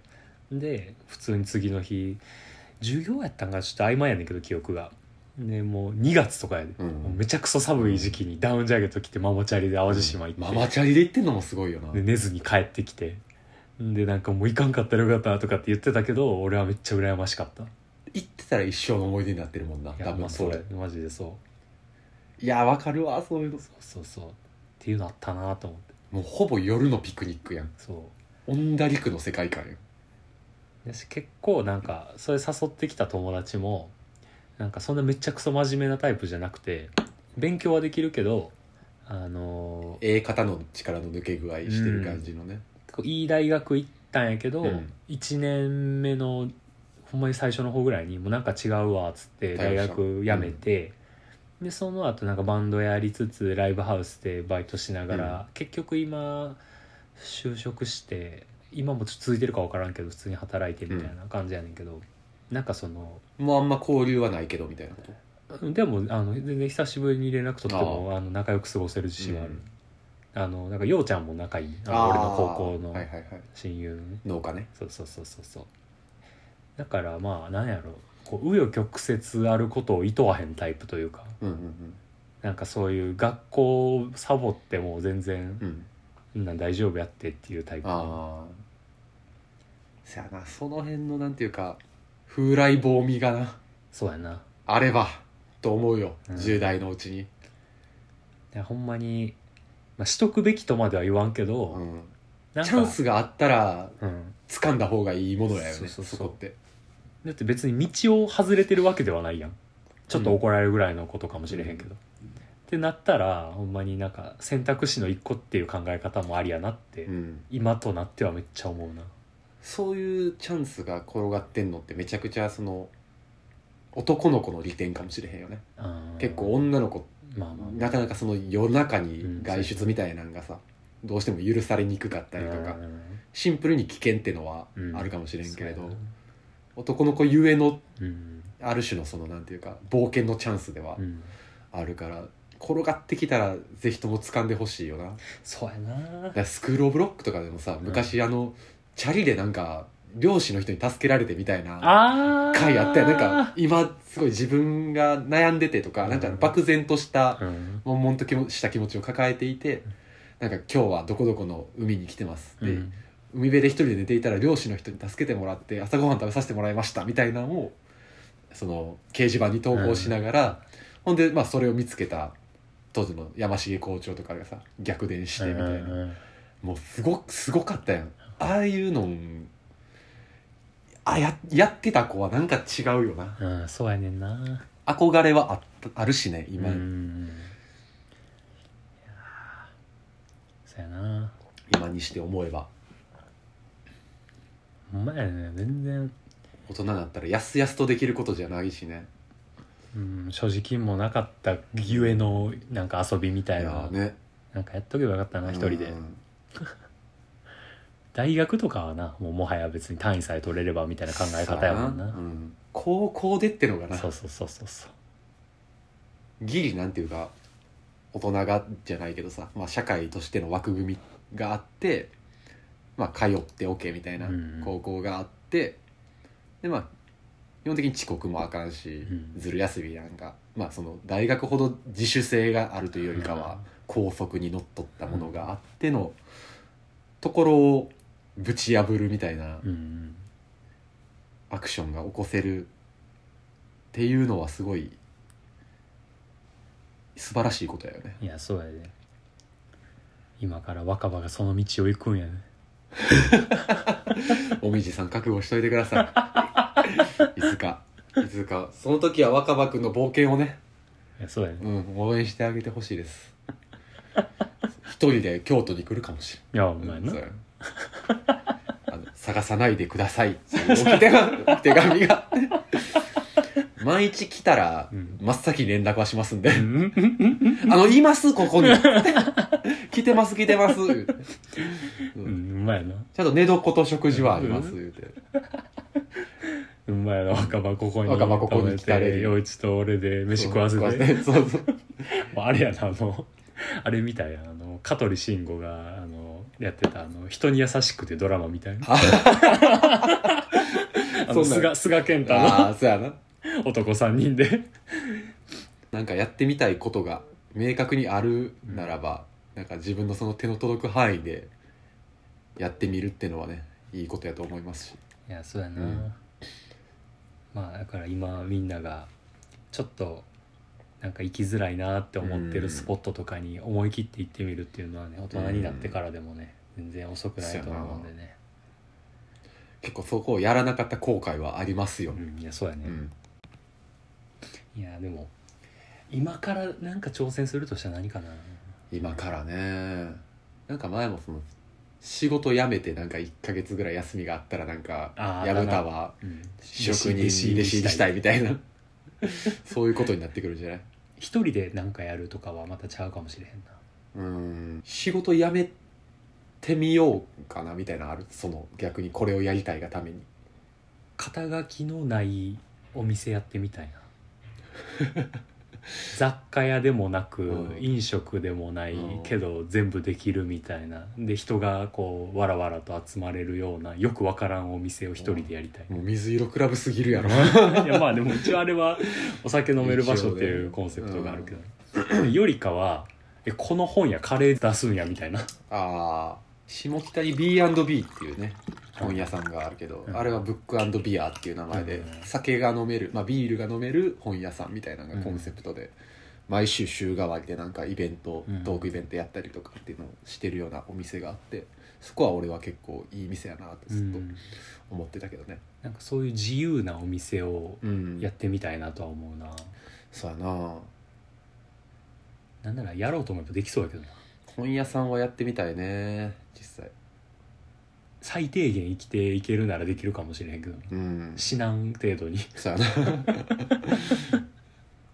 [SPEAKER 1] うで普通に次の日授業やったんかちょっと曖昧やねんけど記憶がねもう2月とかやで、
[SPEAKER 2] うん
[SPEAKER 1] もうめちゃくそ寒い時期にダウンジャケット着てママチャリで淡路島行って、
[SPEAKER 2] ママチャリで行ってんのもすごいよな
[SPEAKER 1] で寝ずに帰ってきてでなんかもう行かんかったらよかったとかって言ってたけど俺はめっちゃ羨ましかった
[SPEAKER 2] 行ってたら一生の思い出になってるもんない
[SPEAKER 1] や
[SPEAKER 2] 多
[SPEAKER 1] まあ
[SPEAKER 2] 分
[SPEAKER 1] そ
[SPEAKER 2] そ
[SPEAKER 1] れ
[SPEAKER 2] れ
[SPEAKER 1] マジでそう
[SPEAKER 2] いやわかるわそういうの
[SPEAKER 1] そうそうっていうのあったなと思って
[SPEAKER 2] もうほぼ夜のピクニックやん
[SPEAKER 1] そ
[SPEAKER 2] オンダリクの世界観やん
[SPEAKER 1] うだし結構なんかそれ誘ってきた友達もなんかそんなめちゃくそ真面目なタイプじゃなくて勉強はできるけどあのー
[SPEAKER 2] ええ方の力の抜け具合してる感じのね、
[SPEAKER 1] こういい大学行ったんやけど、
[SPEAKER 2] うん
[SPEAKER 1] 一1年目のほんまに最初の方ぐらいにもうなんか違うわっつって大
[SPEAKER 2] 退学した
[SPEAKER 1] 学辞めて、でその後なんかバンドやりつつライブハウスでバイトしながら、結局今就職して今もちょっと続いてるか分からんけど普通に働いてみたいな感じやねんけど、なんかその
[SPEAKER 2] もうあんま交流はないけどみたいなこと
[SPEAKER 1] でもあの全然久しぶりに連絡取ってもあの仲良く過ごせる自信はある、
[SPEAKER 2] うん
[SPEAKER 1] あのなんかようちゃんも仲いいあの俺の高校の
[SPEAKER 2] はいはいはい
[SPEAKER 1] 親友のね、
[SPEAKER 2] 農家ね
[SPEAKER 1] そうそうそうそうそうだからまあなんやろこう紆余曲折あることをいとわへんタイプというか
[SPEAKER 2] うんうん
[SPEAKER 1] なんかそういう学校をサボっても全然
[SPEAKER 2] うんうん
[SPEAKER 1] そんなん大丈夫やってっていうタイプ
[SPEAKER 2] ああそやなその辺のなんていうか風来棒味がな
[SPEAKER 1] そうやな
[SPEAKER 2] あればと思うよ、
[SPEAKER 1] うん
[SPEAKER 2] 10代のうちに、
[SPEAKER 1] いやほんまに、まあ、しとくべきとまでは言わんけど、
[SPEAKER 2] うん
[SPEAKER 1] なんか
[SPEAKER 2] チャンスがあったら
[SPEAKER 1] うん
[SPEAKER 2] 掴んだ方がいいものやよね
[SPEAKER 1] そうそうそう
[SPEAKER 2] こって
[SPEAKER 1] だって別に道を外れてるわけではないやんちょっと怒られるぐらいのことかもしれへんけど、ってなったらほんまになんか選択肢の一個っていう考え方もありやなって、
[SPEAKER 2] うん
[SPEAKER 1] 今となってはめっちゃ思うな
[SPEAKER 2] そういうチャンスが転がってんのってめちゃくちゃその男の子の利点かもしれへんよね
[SPEAKER 1] あー
[SPEAKER 2] 結構女の子
[SPEAKER 1] まあまあ
[SPEAKER 2] なかなかその夜中に
[SPEAKER 1] ん
[SPEAKER 2] 外出みたいなんがさ、どうしても許されにくかったりとか、
[SPEAKER 1] うん
[SPEAKER 2] シンプルに危険ってのは
[SPEAKER 1] うん
[SPEAKER 2] あるかもしれんけれど、
[SPEAKER 1] そうや
[SPEAKER 2] 男の子ゆえの
[SPEAKER 1] なうん
[SPEAKER 2] ある種のそのなんていうか冒険のチャンスでは
[SPEAKER 1] うん
[SPEAKER 2] あるから、転がってきたらぜひとも掴んでほしいよなだか
[SPEAKER 1] そうやな
[SPEAKER 2] らスクール・オブ・ロックとかでもさ
[SPEAKER 1] うん
[SPEAKER 2] 昔あの、チャリでなんか漁師の人に助けられてみたいな
[SPEAKER 1] あー
[SPEAKER 2] 回あったよなんか今すごい自分が悩んでてとか、なんか漠然とした
[SPEAKER 1] うん
[SPEAKER 2] 悶々ときもした気持ちを抱えていてなんか今日はどこどこの海に来てます
[SPEAKER 1] う
[SPEAKER 2] で、
[SPEAKER 1] ん
[SPEAKER 2] 海辺で一人で寝ていたら漁師の人に助けてもらって朝ごはん食べさせてもらいましたみたいなのをその掲示板に投稿しながら、ほんで、まあ、それを見つけた当時の山重校長とかがさ逆転してみたい
[SPEAKER 1] う
[SPEAKER 2] な、
[SPEAKER 1] んうん
[SPEAKER 2] もうすごすごかったやんああいうのんあややってた子はなんか違うよな
[SPEAKER 1] うんそうやねんな
[SPEAKER 2] 憧れはあったあるしね今、
[SPEAKER 1] うんいやーそうやな
[SPEAKER 2] 今にして思えば
[SPEAKER 1] ほんまやね全然
[SPEAKER 2] 大人になったらやすやすとできることじゃないしね
[SPEAKER 1] うん所持金もなかったゆえのなんか遊びみたいな、
[SPEAKER 2] ーね
[SPEAKER 1] なんかやっとけばよかったな一人で
[SPEAKER 2] うん
[SPEAKER 1] 大学とかはなもうもはや別に単位さえ取れればみたいな考え方やもんな
[SPEAKER 2] そうやうん高校でってのがな
[SPEAKER 1] そうそうそうそうそう
[SPEAKER 2] ギリなんていうか大人がじゃないけどさ、まあ、社会としての枠組みがあって、まあ、通っておけみたいな
[SPEAKER 1] うん
[SPEAKER 2] 高校があって、でまあ基本的に遅刻もあかんし、
[SPEAKER 1] うん
[SPEAKER 2] ずる休みなんか、まあ、その大学ほど自主性があるというよりかは校則にのっとったものがあってのところをぶち破るみたいな
[SPEAKER 1] うんうん
[SPEAKER 2] アクションが起こせるっていうのはすごい素晴らしいことや よね
[SPEAKER 1] いやそうやで今から若葉がその道を行くんやね
[SPEAKER 2] おみじさん覚悟しといてくださ いいつかいつかその時は若葉くんの冒険をね、
[SPEAKER 1] いやそうやね
[SPEAKER 2] うん、応援してあげてほしいです一人で京都に来るかもし
[SPEAKER 1] いやお
[SPEAKER 2] れな
[SPEAKER 1] 前
[SPEAKER 2] い
[SPEAKER 1] な
[SPEAKER 2] そうやあの探さないでくださいっていう置き手 紙置き手紙が毎日来たら
[SPEAKER 1] うん
[SPEAKER 2] 真っ先に連絡はしますんで
[SPEAKER 1] うんうん
[SPEAKER 2] あの、います、こ こに。来てます、来てます。言うてう
[SPEAKER 1] うんんうまいな
[SPEAKER 2] ちゃんと寝床と食事はあります、言うて。
[SPEAKER 1] うまいな若葉ここに
[SPEAKER 2] 若葉ここに来たれる
[SPEAKER 1] 陽一と俺で飯食わせて
[SPEAKER 2] そうそう。
[SPEAKER 1] もうあれやなあのあれみたいやあの香取慎吾があのやってたあの「人に優しくて」ドラマみたいなあの
[SPEAKER 2] そんな
[SPEAKER 1] 菅
[SPEAKER 2] ん
[SPEAKER 1] 菅健太
[SPEAKER 2] あ
[SPEAKER 1] の
[SPEAKER 2] あ、そうやな。
[SPEAKER 1] 男3人で
[SPEAKER 2] なんかやってみたいことが明確にあるならば、なんか自分のその手の届く範囲でやってみるってのはね、いいことやと思いますし。
[SPEAKER 1] いやそうやな、
[SPEAKER 2] うん
[SPEAKER 1] まあだから今みんながちょっとなんか行きづらいなって思って
[SPEAKER 2] う
[SPEAKER 1] る
[SPEAKER 2] ん
[SPEAKER 1] スポットとかに思い切って行ってみるっていうのはね大人になってからでもね全然遅くないと思うんでね
[SPEAKER 2] 結構そこをやらなかった後悔はありますよ
[SPEAKER 1] う。んいやそうやね、
[SPEAKER 2] うん。
[SPEAKER 1] いやでも今からなんか挑戦するとしたら何かな
[SPEAKER 2] 今からねなんか前もその仕事辞めてなんか1ヶ月ぐらい休みがあったらなんか
[SPEAKER 1] あー
[SPEAKER 2] 薮田は
[SPEAKER 1] うん
[SPEAKER 2] 職人弟子入りしたいみたいなそういうことになってくるんじゃない
[SPEAKER 1] 一人で何かやるとかはまたちゃうかもしれへんな
[SPEAKER 2] うん仕事辞めてみようかなみたいなのあるその逆にこれをやりたいがために
[SPEAKER 1] 肩書きのないお店やってみたいな 雑貨屋でもなく、
[SPEAKER 2] うん
[SPEAKER 1] 飲食でもない
[SPEAKER 2] うん
[SPEAKER 1] けど全部できるみたいなで人がこうわらわらと集まれるようなよくわからんお店を一人でやりたい、
[SPEAKER 2] もう水色クラブすぎる やろ
[SPEAKER 1] いやまあでも一応あれはお酒飲める場所っていうコンセプトがあるけど、 よりかはえこの本屋カレー出すんやみたいな
[SPEAKER 2] ああ下北に B&B っていうね本屋さんがあるけど、
[SPEAKER 1] うん
[SPEAKER 2] あれはブックビアっていう名前で、
[SPEAKER 1] うん
[SPEAKER 2] 酒が飲める、まあ、ビールが飲める本屋さんみたいなのがコンセプトで、毎週週替わりでなんかイベント、
[SPEAKER 1] うん
[SPEAKER 2] トークイベントやったりとかっていうのをしてるようなお店があってそこは俺は結構いい店やなってずっと
[SPEAKER 1] うん
[SPEAKER 2] 思ってたけどね
[SPEAKER 1] なんかそういう自由なお店を
[SPEAKER 2] うん
[SPEAKER 1] やってみたいなとは思うな、
[SPEAKER 2] そうやな
[SPEAKER 1] なんならやろうと思えばできそうやけどな
[SPEAKER 2] 本屋さんはやってみたいね実際
[SPEAKER 1] 最低限生きていけるならできるかもしれへんけど
[SPEAKER 2] うん
[SPEAKER 1] 死なん程度に
[SPEAKER 2] そうやな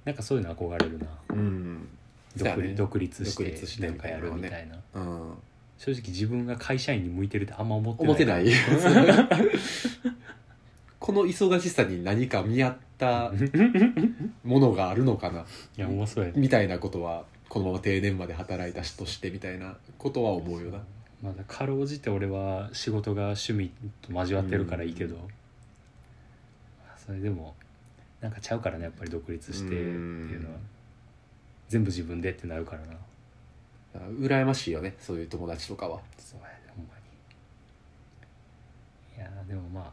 [SPEAKER 1] なんかそういうの憧れるな
[SPEAKER 2] うんそうや
[SPEAKER 1] 独,、
[SPEAKER 2] ね
[SPEAKER 1] 独立して
[SPEAKER 2] 独立して
[SPEAKER 1] なんかやるみたいな
[SPEAKER 2] うん
[SPEAKER 1] 正直自分が会社員に向いてるってあんま思ってない
[SPEAKER 2] 思ってない この忙しさに何か見合ったものがあるのかない
[SPEAKER 1] や面白 い、
[SPEAKER 2] みたいなことはこのまま定年まで働いた人としてみたいなことは思うよな
[SPEAKER 1] まだかろうじて俺は仕事が趣味と交わってるからいいけど、それでもなんかちゃうからねやっぱり独立してっていうのは、
[SPEAKER 2] うん
[SPEAKER 1] 全部自分でってなるからな
[SPEAKER 2] だから羨ましいよねそういう友達とかは
[SPEAKER 1] そうやねほんまにいやーでもまあ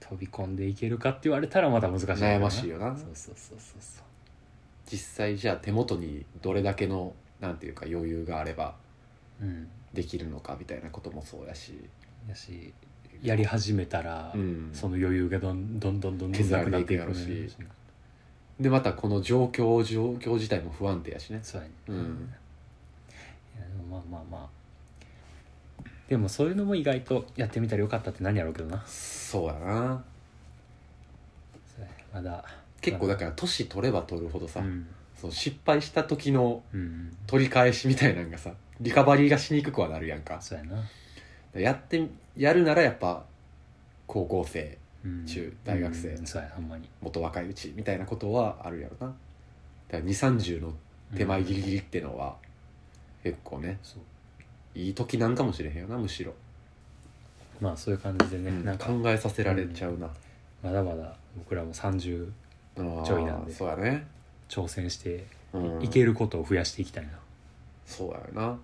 [SPEAKER 1] 飛び込んでいけるかって言われたらまた難しい
[SPEAKER 2] 悩ましいよな
[SPEAKER 1] そうそうそうそうそう
[SPEAKER 2] 実際じゃあ手元にどれだけのなんていうか余裕があれば
[SPEAKER 1] うん
[SPEAKER 2] できるのかみたいなこともそうやし、
[SPEAKER 1] やしやり始めたら、
[SPEAKER 2] うん
[SPEAKER 1] その余裕がどんどんどんどんどん
[SPEAKER 2] 削
[SPEAKER 1] な
[SPEAKER 2] ら
[SPEAKER 1] く
[SPEAKER 2] れ
[SPEAKER 1] なっ
[SPEAKER 2] ていく
[SPEAKER 1] てい
[SPEAKER 2] や
[SPEAKER 1] く
[SPEAKER 2] ろ
[SPEAKER 1] ね
[SPEAKER 2] うしでまたこの状況状況自体も不安定やしね
[SPEAKER 1] そうやね
[SPEAKER 2] うん
[SPEAKER 1] いやでもまあまあまあでもそういうのも意外とやってみたらよかったって何やろうけどな
[SPEAKER 2] そうやな
[SPEAKER 1] そうやまだ
[SPEAKER 2] 結構だから年取れば取るほどさ、
[SPEAKER 1] うん
[SPEAKER 2] その失敗した時の
[SPEAKER 1] うん
[SPEAKER 2] 取り返しみたいなんがさリカバリーがしにくくはなるやんか
[SPEAKER 1] そうやな、
[SPEAKER 2] やってやるならやっぱ高校生
[SPEAKER 1] うん、
[SPEAKER 2] 中大学生
[SPEAKER 1] うんそうやほんまに
[SPEAKER 2] もっと若いうちみたいなことはあるやろなだから2 3 0の手前ギリギリってのは結構ね
[SPEAKER 1] そう
[SPEAKER 2] いい時なんかもしれへんよなむしろ、
[SPEAKER 1] まあそういう感じでね、
[SPEAKER 2] うん
[SPEAKER 1] なんか
[SPEAKER 2] 考えさせられちゃうな、
[SPEAKER 1] まだまだ僕らも30
[SPEAKER 2] あー
[SPEAKER 1] ちょいなんで
[SPEAKER 2] そうやね、
[SPEAKER 1] 挑戦して
[SPEAKER 2] うん
[SPEAKER 1] いけることを増やしていきたいな、
[SPEAKER 2] そうやな、ま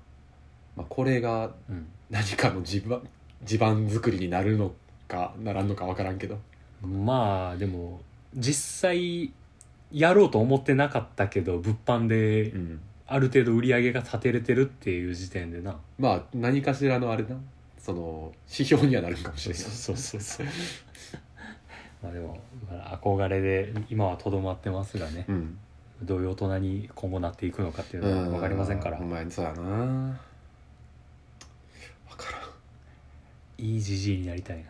[SPEAKER 2] あ、これが
[SPEAKER 1] うん
[SPEAKER 2] 何かの地盤地盤作りになるのかならんのか分からんけど
[SPEAKER 1] まあでも実際やろうと思ってなかったけど物販で
[SPEAKER 2] うん
[SPEAKER 1] ある程度売り上げが立てれてるっていう時点でな、
[SPEAKER 2] まあ何かしらのあれなその指標にはなるかもしれない
[SPEAKER 1] そうそうそうそう まあでもまあ憧れで今はとどまってますがね、
[SPEAKER 2] うん
[SPEAKER 1] どういう大人に今後なっていくのかっていうのは分かりませんから
[SPEAKER 2] お前そうやな分からん
[SPEAKER 1] いいじじいになりたいない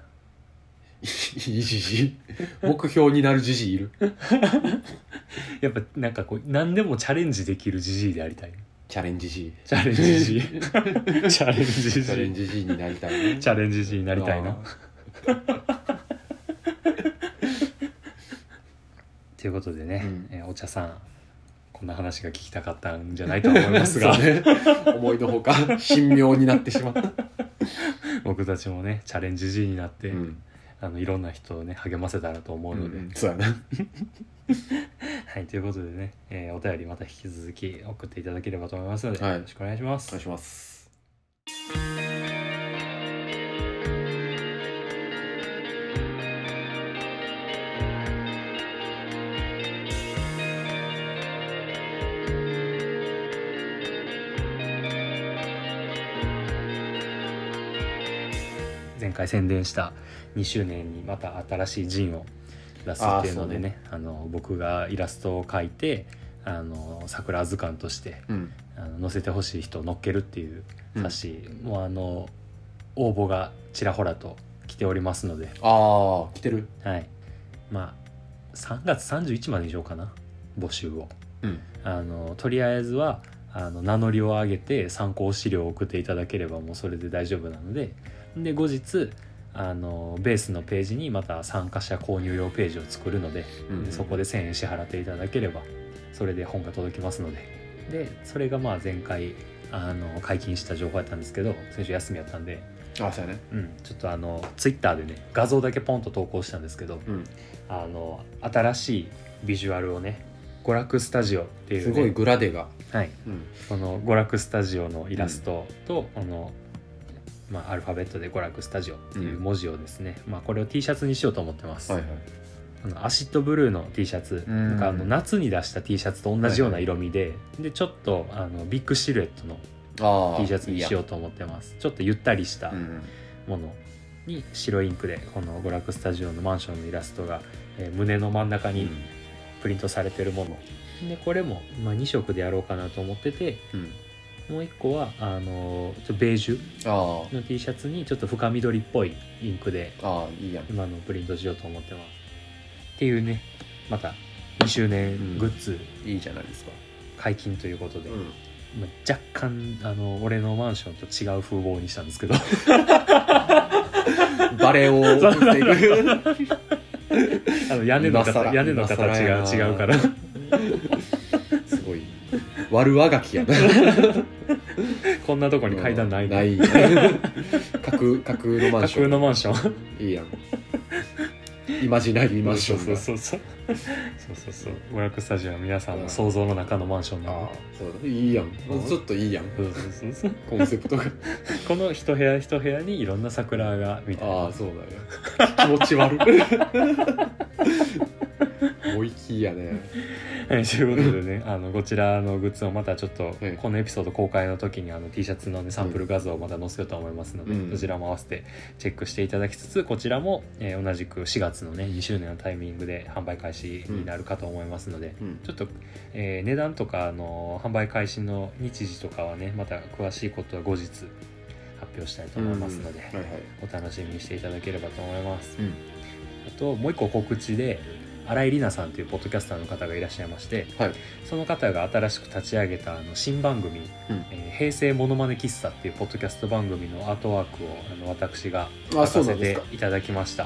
[SPEAKER 2] いじじ い目標になるじじいいる
[SPEAKER 1] やっぱなんかこう何でもチャレンジできるじじいでありたい
[SPEAKER 2] チャレンジじい
[SPEAKER 1] チャレンジじい チャレンジじ
[SPEAKER 2] チャレン
[SPEAKER 1] い
[SPEAKER 2] ジじいになりたいな
[SPEAKER 1] チャレンジじいになりたいなということでね、
[SPEAKER 2] うん
[SPEAKER 1] えーお茶さんこんな話が聞きたかったんじゃないとは思いますが、
[SPEAKER 2] そうね思いのほか神妙になってしまった、
[SPEAKER 1] 僕たちもねチャレンジ G になって、
[SPEAKER 2] うん
[SPEAKER 1] あのいろんな人をね励ませたらと思う
[SPEAKER 2] うんう
[SPEAKER 1] ので、
[SPEAKER 2] ん、そうやな
[SPEAKER 1] はいということでね、えーお便りまた引き続き送っていただければと思いますので、
[SPEAKER 2] はい
[SPEAKER 1] よろしくお願いします
[SPEAKER 2] お願いします
[SPEAKER 1] 前回宣伝した2周年にまた新しいジンを出すっていうのでねあの僕がイラストを描いてあの桜図鑑として
[SPEAKER 2] うん
[SPEAKER 1] あの載せてほしい人を載っけるっていう
[SPEAKER 2] うん
[SPEAKER 1] 冊子、もうあの応募がちらほらと来ておりますので、
[SPEAKER 2] ああ来てる
[SPEAKER 1] はい、まあ3月31までにしようかな募集を
[SPEAKER 2] うん
[SPEAKER 1] あのとりあえずはあの名乗りを上げて参考資料を送っていただければもうそれで大丈夫なのでで後日あのベースのページにまた参加者購入用ページを作るのででそこで1,000円支払っていただければそれで本が届きますのででそれがまあ前回あの解禁した情報やったんですけど先週休みやったんで、
[SPEAKER 2] あそうやね
[SPEAKER 1] うん、ちょっとあのツイッターでね画像だけポンと投稿したんですけど
[SPEAKER 2] うん
[SPEAKER 1] あの新しいビジュアルをね娯楽スタジオっていう、ね、
[SPEAKER 2] すごいグラデが、
[SPEAKER 1] はい、
[SPEAKER 2] うん、
[SPEAKER 1] この娯楽スタジオのイラストと、この、まあ、アルファベットで「娯楽スタジオ」っていう文字をですね、まあ、これを T シャツにしようと思ってます、
[SPEAKER 2] はいはい
[SPEAKER 1] あのアシッドブルーの T シャツ、
[SPEAKER 2] うん
[SPEAKER 1] なんかあの夏に出した T シャツと同じような色味で、でちょっとあのビッグシルエットの
[SPEAKER 2] あ
[SPEAKER 1] T シャツにしよ
[SPEAKER 2] う
[SPEAKER 1] うと思ってますちょっとゆったりした
[SPEAKER 2] うん、
[SPEAKER 1] ものに白インクでこの娯楽スタジオのマンションのイラストが、えー胸の真ん中にプリントされてるもの、でこれも、まあ、2色でやろうかなと思ってて
[SPEAKER 2] うん、
[SPEAKER 1] もう1個はあのちょっとベージュ
[SPEAKER 2] あー
[SPEAKER 1] の T シャツにちょっと深緑っぽいインクで
[SPEAKER 2] あーいいやん
[SPEAKER 1] 今のをプリントしようと思ってますっていうねまた2周年グッズ
[SPEAKER 2] いいじゃないですか、
[SPEAKER 1] 解禁ということで、
[SPEAKER 2] うん、
[SPEAKER 1] まあ、若干あの俺のマンションと違う風貌にしたんですけど
[SPEAKER 2] バレエ を打っていく
[SPEAKER 1] あの屋根の
[SPEAKER 2] 今更
[SPEAKER 1] 形屋根の形
[SPEAKER 2] 今更や
[SPEAKER 1] が
[SPEAKER 2] な
[SPEAKER 1] 違うから
[SPEAKER 2] すごい悪あがき やな
[SPEAKER 1] こんなとこに階段ない、
[SPEAKER 2] うんない 架空架空のマン
[SPEAKER 1] 架
[SPEAKER 2] ショ
[SPEAKER 1] 空
[SPEAKER 2] ン
[SPEAKER 1] のマンション
[SPEAKER 2] いいやんイマジナリーマンション
[SPEAKER 1] そう
[SPEAKER 2] が
[SPEAKER 1] そうそうそうそうそう娯楽スタジオは皆さん
[SPEAKER 2] う
[SPEAKER 1] の
[SPEAKER 2] ん
[SPEAKER 1] 想像の中のマンションな
[SPEAKER 2] あ
[SPEAKER 1] の
[SPEAKER 2] ーそうだいいやん
[SPEAKER 1] うん
[SPEAKER 2] ちょっといいやん
[SPEAKER 1] そうそうそうそう
[SPEAKER 2] コンセプ トが
[SPEAKER 1] この一部屋一部屋にいろんな桜がみたい
[SPEAKER 2] あ
[SPEAKER 1] な
[SPEAKER 2] あそうだよ気持ち悪い 思いきやね
[SPEAKER 1] はい、 ということでね、あのこちらのグッズをまたちょっと、
[SPEAKER 2] はい
[SPEAKER 1] このエピソード公開の時にあの T シャツの、ね、サンプル画像をまた載せようと思いますので、
[SPEAKER 2] うん
[SPEAKER 1] そちらも合わせてチェックしていただきつつこちらも、えー同じく4月のね2周年のタイミングで販売開始になるかと思いますので、
[SPEAKER 2] うん
[SPEAKER 1] ちょっと、えー値段とかあの販売開始の日時とかはねまた詳しいことは後日発表したいと思いますので、
[SPEAKER 2] うんはいはい
[SPEAKER 1] お楽しみにしていただければと思います。
[SPEAKER 2] うん
[SPEAKER 1] あともう一個告知で新井里奈さんというポッドキャスターの方がいらっしゃいまして
[SPEAKER 2] はい
[SPEAKER 1] その方が新しく立ち上げたあの新番組
[SPEAKER 2] うん
[SPEAKER 1] 「えー平成ものまね喫茶」っていうポッドキャスト番組のアートワークをあの私が書
[SPEAKER 2] あそ
[SPEAKER 1] か
[SPEAKER 2] うな
[SPEAKER 1] せ
[SPEAKER 2] んです
[SPEAKER 1] て
[SPEAKER 2] か
[SPEAKER 1] いただきました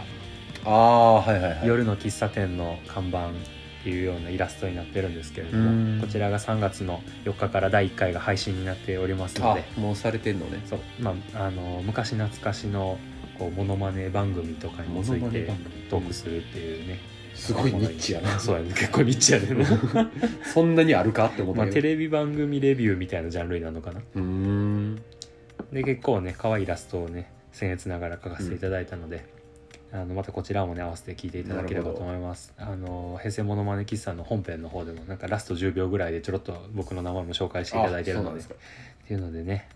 [SPEAKER 2] ああはいはい
[SPEAKER 1] 「夜の喫茶店の看板」っていうようなイラストになってるんですけれど
[SPEAKER 2] うん
[SPEAKER 1] もこちらが3月の4日から第1回が配信になっておりますの
[SPEAKER 2] あ
[SPEAKER 1] で
[SPEAKER 2] もうされてんのね
[SPEAKER 1] そう、まあ、あの昔懐かしのこうモノマネ番組とかについ
[SPEAKER 2] モノマネ
[SPEAKER 1] て
[SPEAKER 2] 番組
[SPEAKER 1] トークするっていうね、
[SPEAKER 2] すごいニッチやな
[SPEAKER 1] そうやね結構ニッチやで、ね、
[SPEAKER 2] そんなにあるかって思 っ
[SPEAKER 1] ま
[SPEAKER 2] た
[SPEAKER 1] あ
[SPEAKER 2] け
[SPEAKER 1] テ
[SPEAKER 2] ど、
[SPEAKER 1] レビ番組レビューみたいなジャンルになるのかな
[SPEAKER 2] うーん
[SPEAKER 1] で結構ね可愛いイラストをね僭越ながら描かせていただいたので、あのまたこちらもね合わせて聞いていただければと思いますあの平成ものまね喫茶の本編の方でもなんかラスト10秒ぐらいでちょろっと僕の名前も紹介していただいてる
[SPEAKER 2] あそうな
[SPEAKER 1] の
[SPEAKER 2] ん
[SPEAKER 1] で
[SPEAKER 2] です
[SPEAKER 1] っていうのでね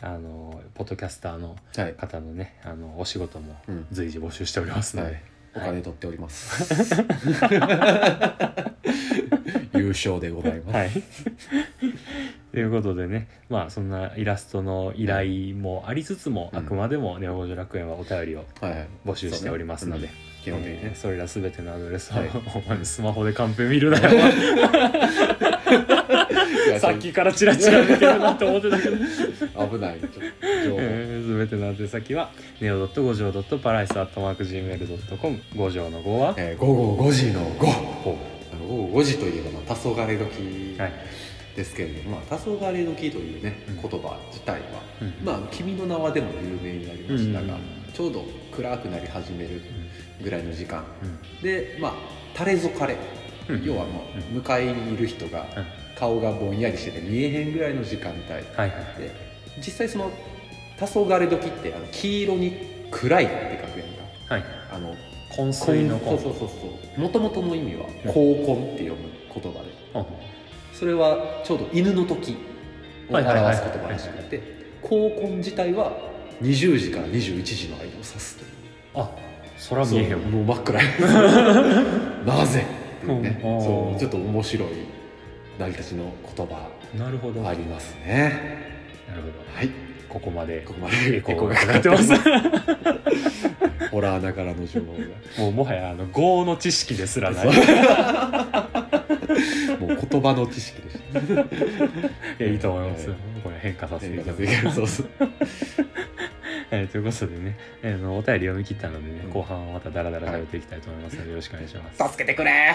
[SPEAKER 1] あのポッドキャスターの
[SPEAKER 2] かはい、
[SPEAKER 1] 方のねあのお仕事も
[SPEAKER 2] うん
[SPEAKER 1] 随時募集しておりますので、
[SPEAKER 2] はい、お金取っております、 優勝でございます、
[SPEAKER 1] はい。 ということでね、まあそんなイラストの依頼もありつつも、
[SPEAKER 2] うん
[SPEAKER 1] あくまでもネオ五条楽園はお便りを
[SPEAKER 2] はいはい
[SPEAKER 1] 募集しておりますので、
[SPEAKER 2] 基本的に
[SPEAKER 1] えー
[SPEAKER 2] ね、
[SPEAKER 1] それらすべてのアドレスは、
[SPEAKER 2] はい
[SPEAKER 1] お前スマホでカンペ見る なよ。
[SPEAKER 2] いや
[SPEAKER 1] さっきからチラチラ見てるなと思って たけど。
[SPEAKER 2] 危 ないちょっと情報、
[SPEAKER 1] すべての宛先は、ネオドット五条ドットパライスアットマーク Gmail.com、五条の5は、
[SPEAKER 2] えー午後5時の5
[SPEAKER 1] ほ
[SPEAKER 2] 午後5時といえば、まあ、黄昏時
[SPEAKER 1] うはい。
[SPEAKER 2] ですけれども、まあ、黄昏時というね
[SPEAKER 1] うん
[SPEAKER 2] 言葉自体は、
[SPEAKER 1] うん
[SPEAKER 2] まあ「君の名は」でも有名になりましたが、
[SPEAKER 1] うん
[SPEAKER 2] ちょうど暗くなり始めるぐらいの時間
[SPEAKER 1] うん
[SPEAKER 2] でまあ「垂れぞかれ」
[SPEAKER 1] うん
[SPEAKER 2] 要はもう向かいにいる人が
[SPEAKER 1] うん
[SPEAKER 2] 顔がぼんやりしてて見えへんぐらいの時間帯
[SPEAKER 1] はいはい。
[SPEAKER 2] で実際その「黄昏時」ってあの黄色に「暗い」って書くやんか
[SPEAKER 1] はい。
[SPEAKER 2] あの
[SPEAKER 1] 昏睡の
[SPEAKER 2] そうそう
[SPEAKER 1] 昏。
[SPEAKER 2] そうそうもともとの意味は「
[SPEAKER 1] うん
[SPEAKER 2] 黄昏」って読む言葉で
[SPEAKER 1] ほうほ
[SPEAKER 2] それはちょうど犬の時を表す言葉らしくて高婚自体は20時から21時の間を指すと
[SPEAKER 1] うあ、空見えへん
[SPEAKER 2] そう
[SPEAKER 1] わ。
[SPEAKER 2] もう真っ暗い なぜっていうね
[SPEAKER 1] うん
[SPEAKER 2] そうちょっと面白い成り立ちの言葉
[SPEAKER 1] なるほど。
[SPEAKER 2] ありますね
[SPEAKER 1] なるほど。
[SPEAKER 2] はい
[SPEAKER 1] ここまで
[SPEAKER 2] ここまで
[SPEAKER 1] エコーがかかってます。
[SPEAKER 2] ホラーながらの情報
[SPEAKER 1] もうもはやあの語の知識ですら
[SPEAKER 2] が
[SPEAKER 1] ない。い
[SPEAKER 2] もう言葉の知識でした
[SPEAKER 1] やいいと思います
[SPEAKER 2] はい。
[SPEAKER 1] これ変化させていただきます。
[SPEAKER 2] そうそう
[SPEAKER 1] えーということでね、えーあのお便り読み切ったのでね
[SPEAKER 2] う、ん
[SPEAKER 1] 後半はまたダラダラ喋っていきたいと思いますのでよろしくお願いします。
[SPEAKER 2] 助けてくれ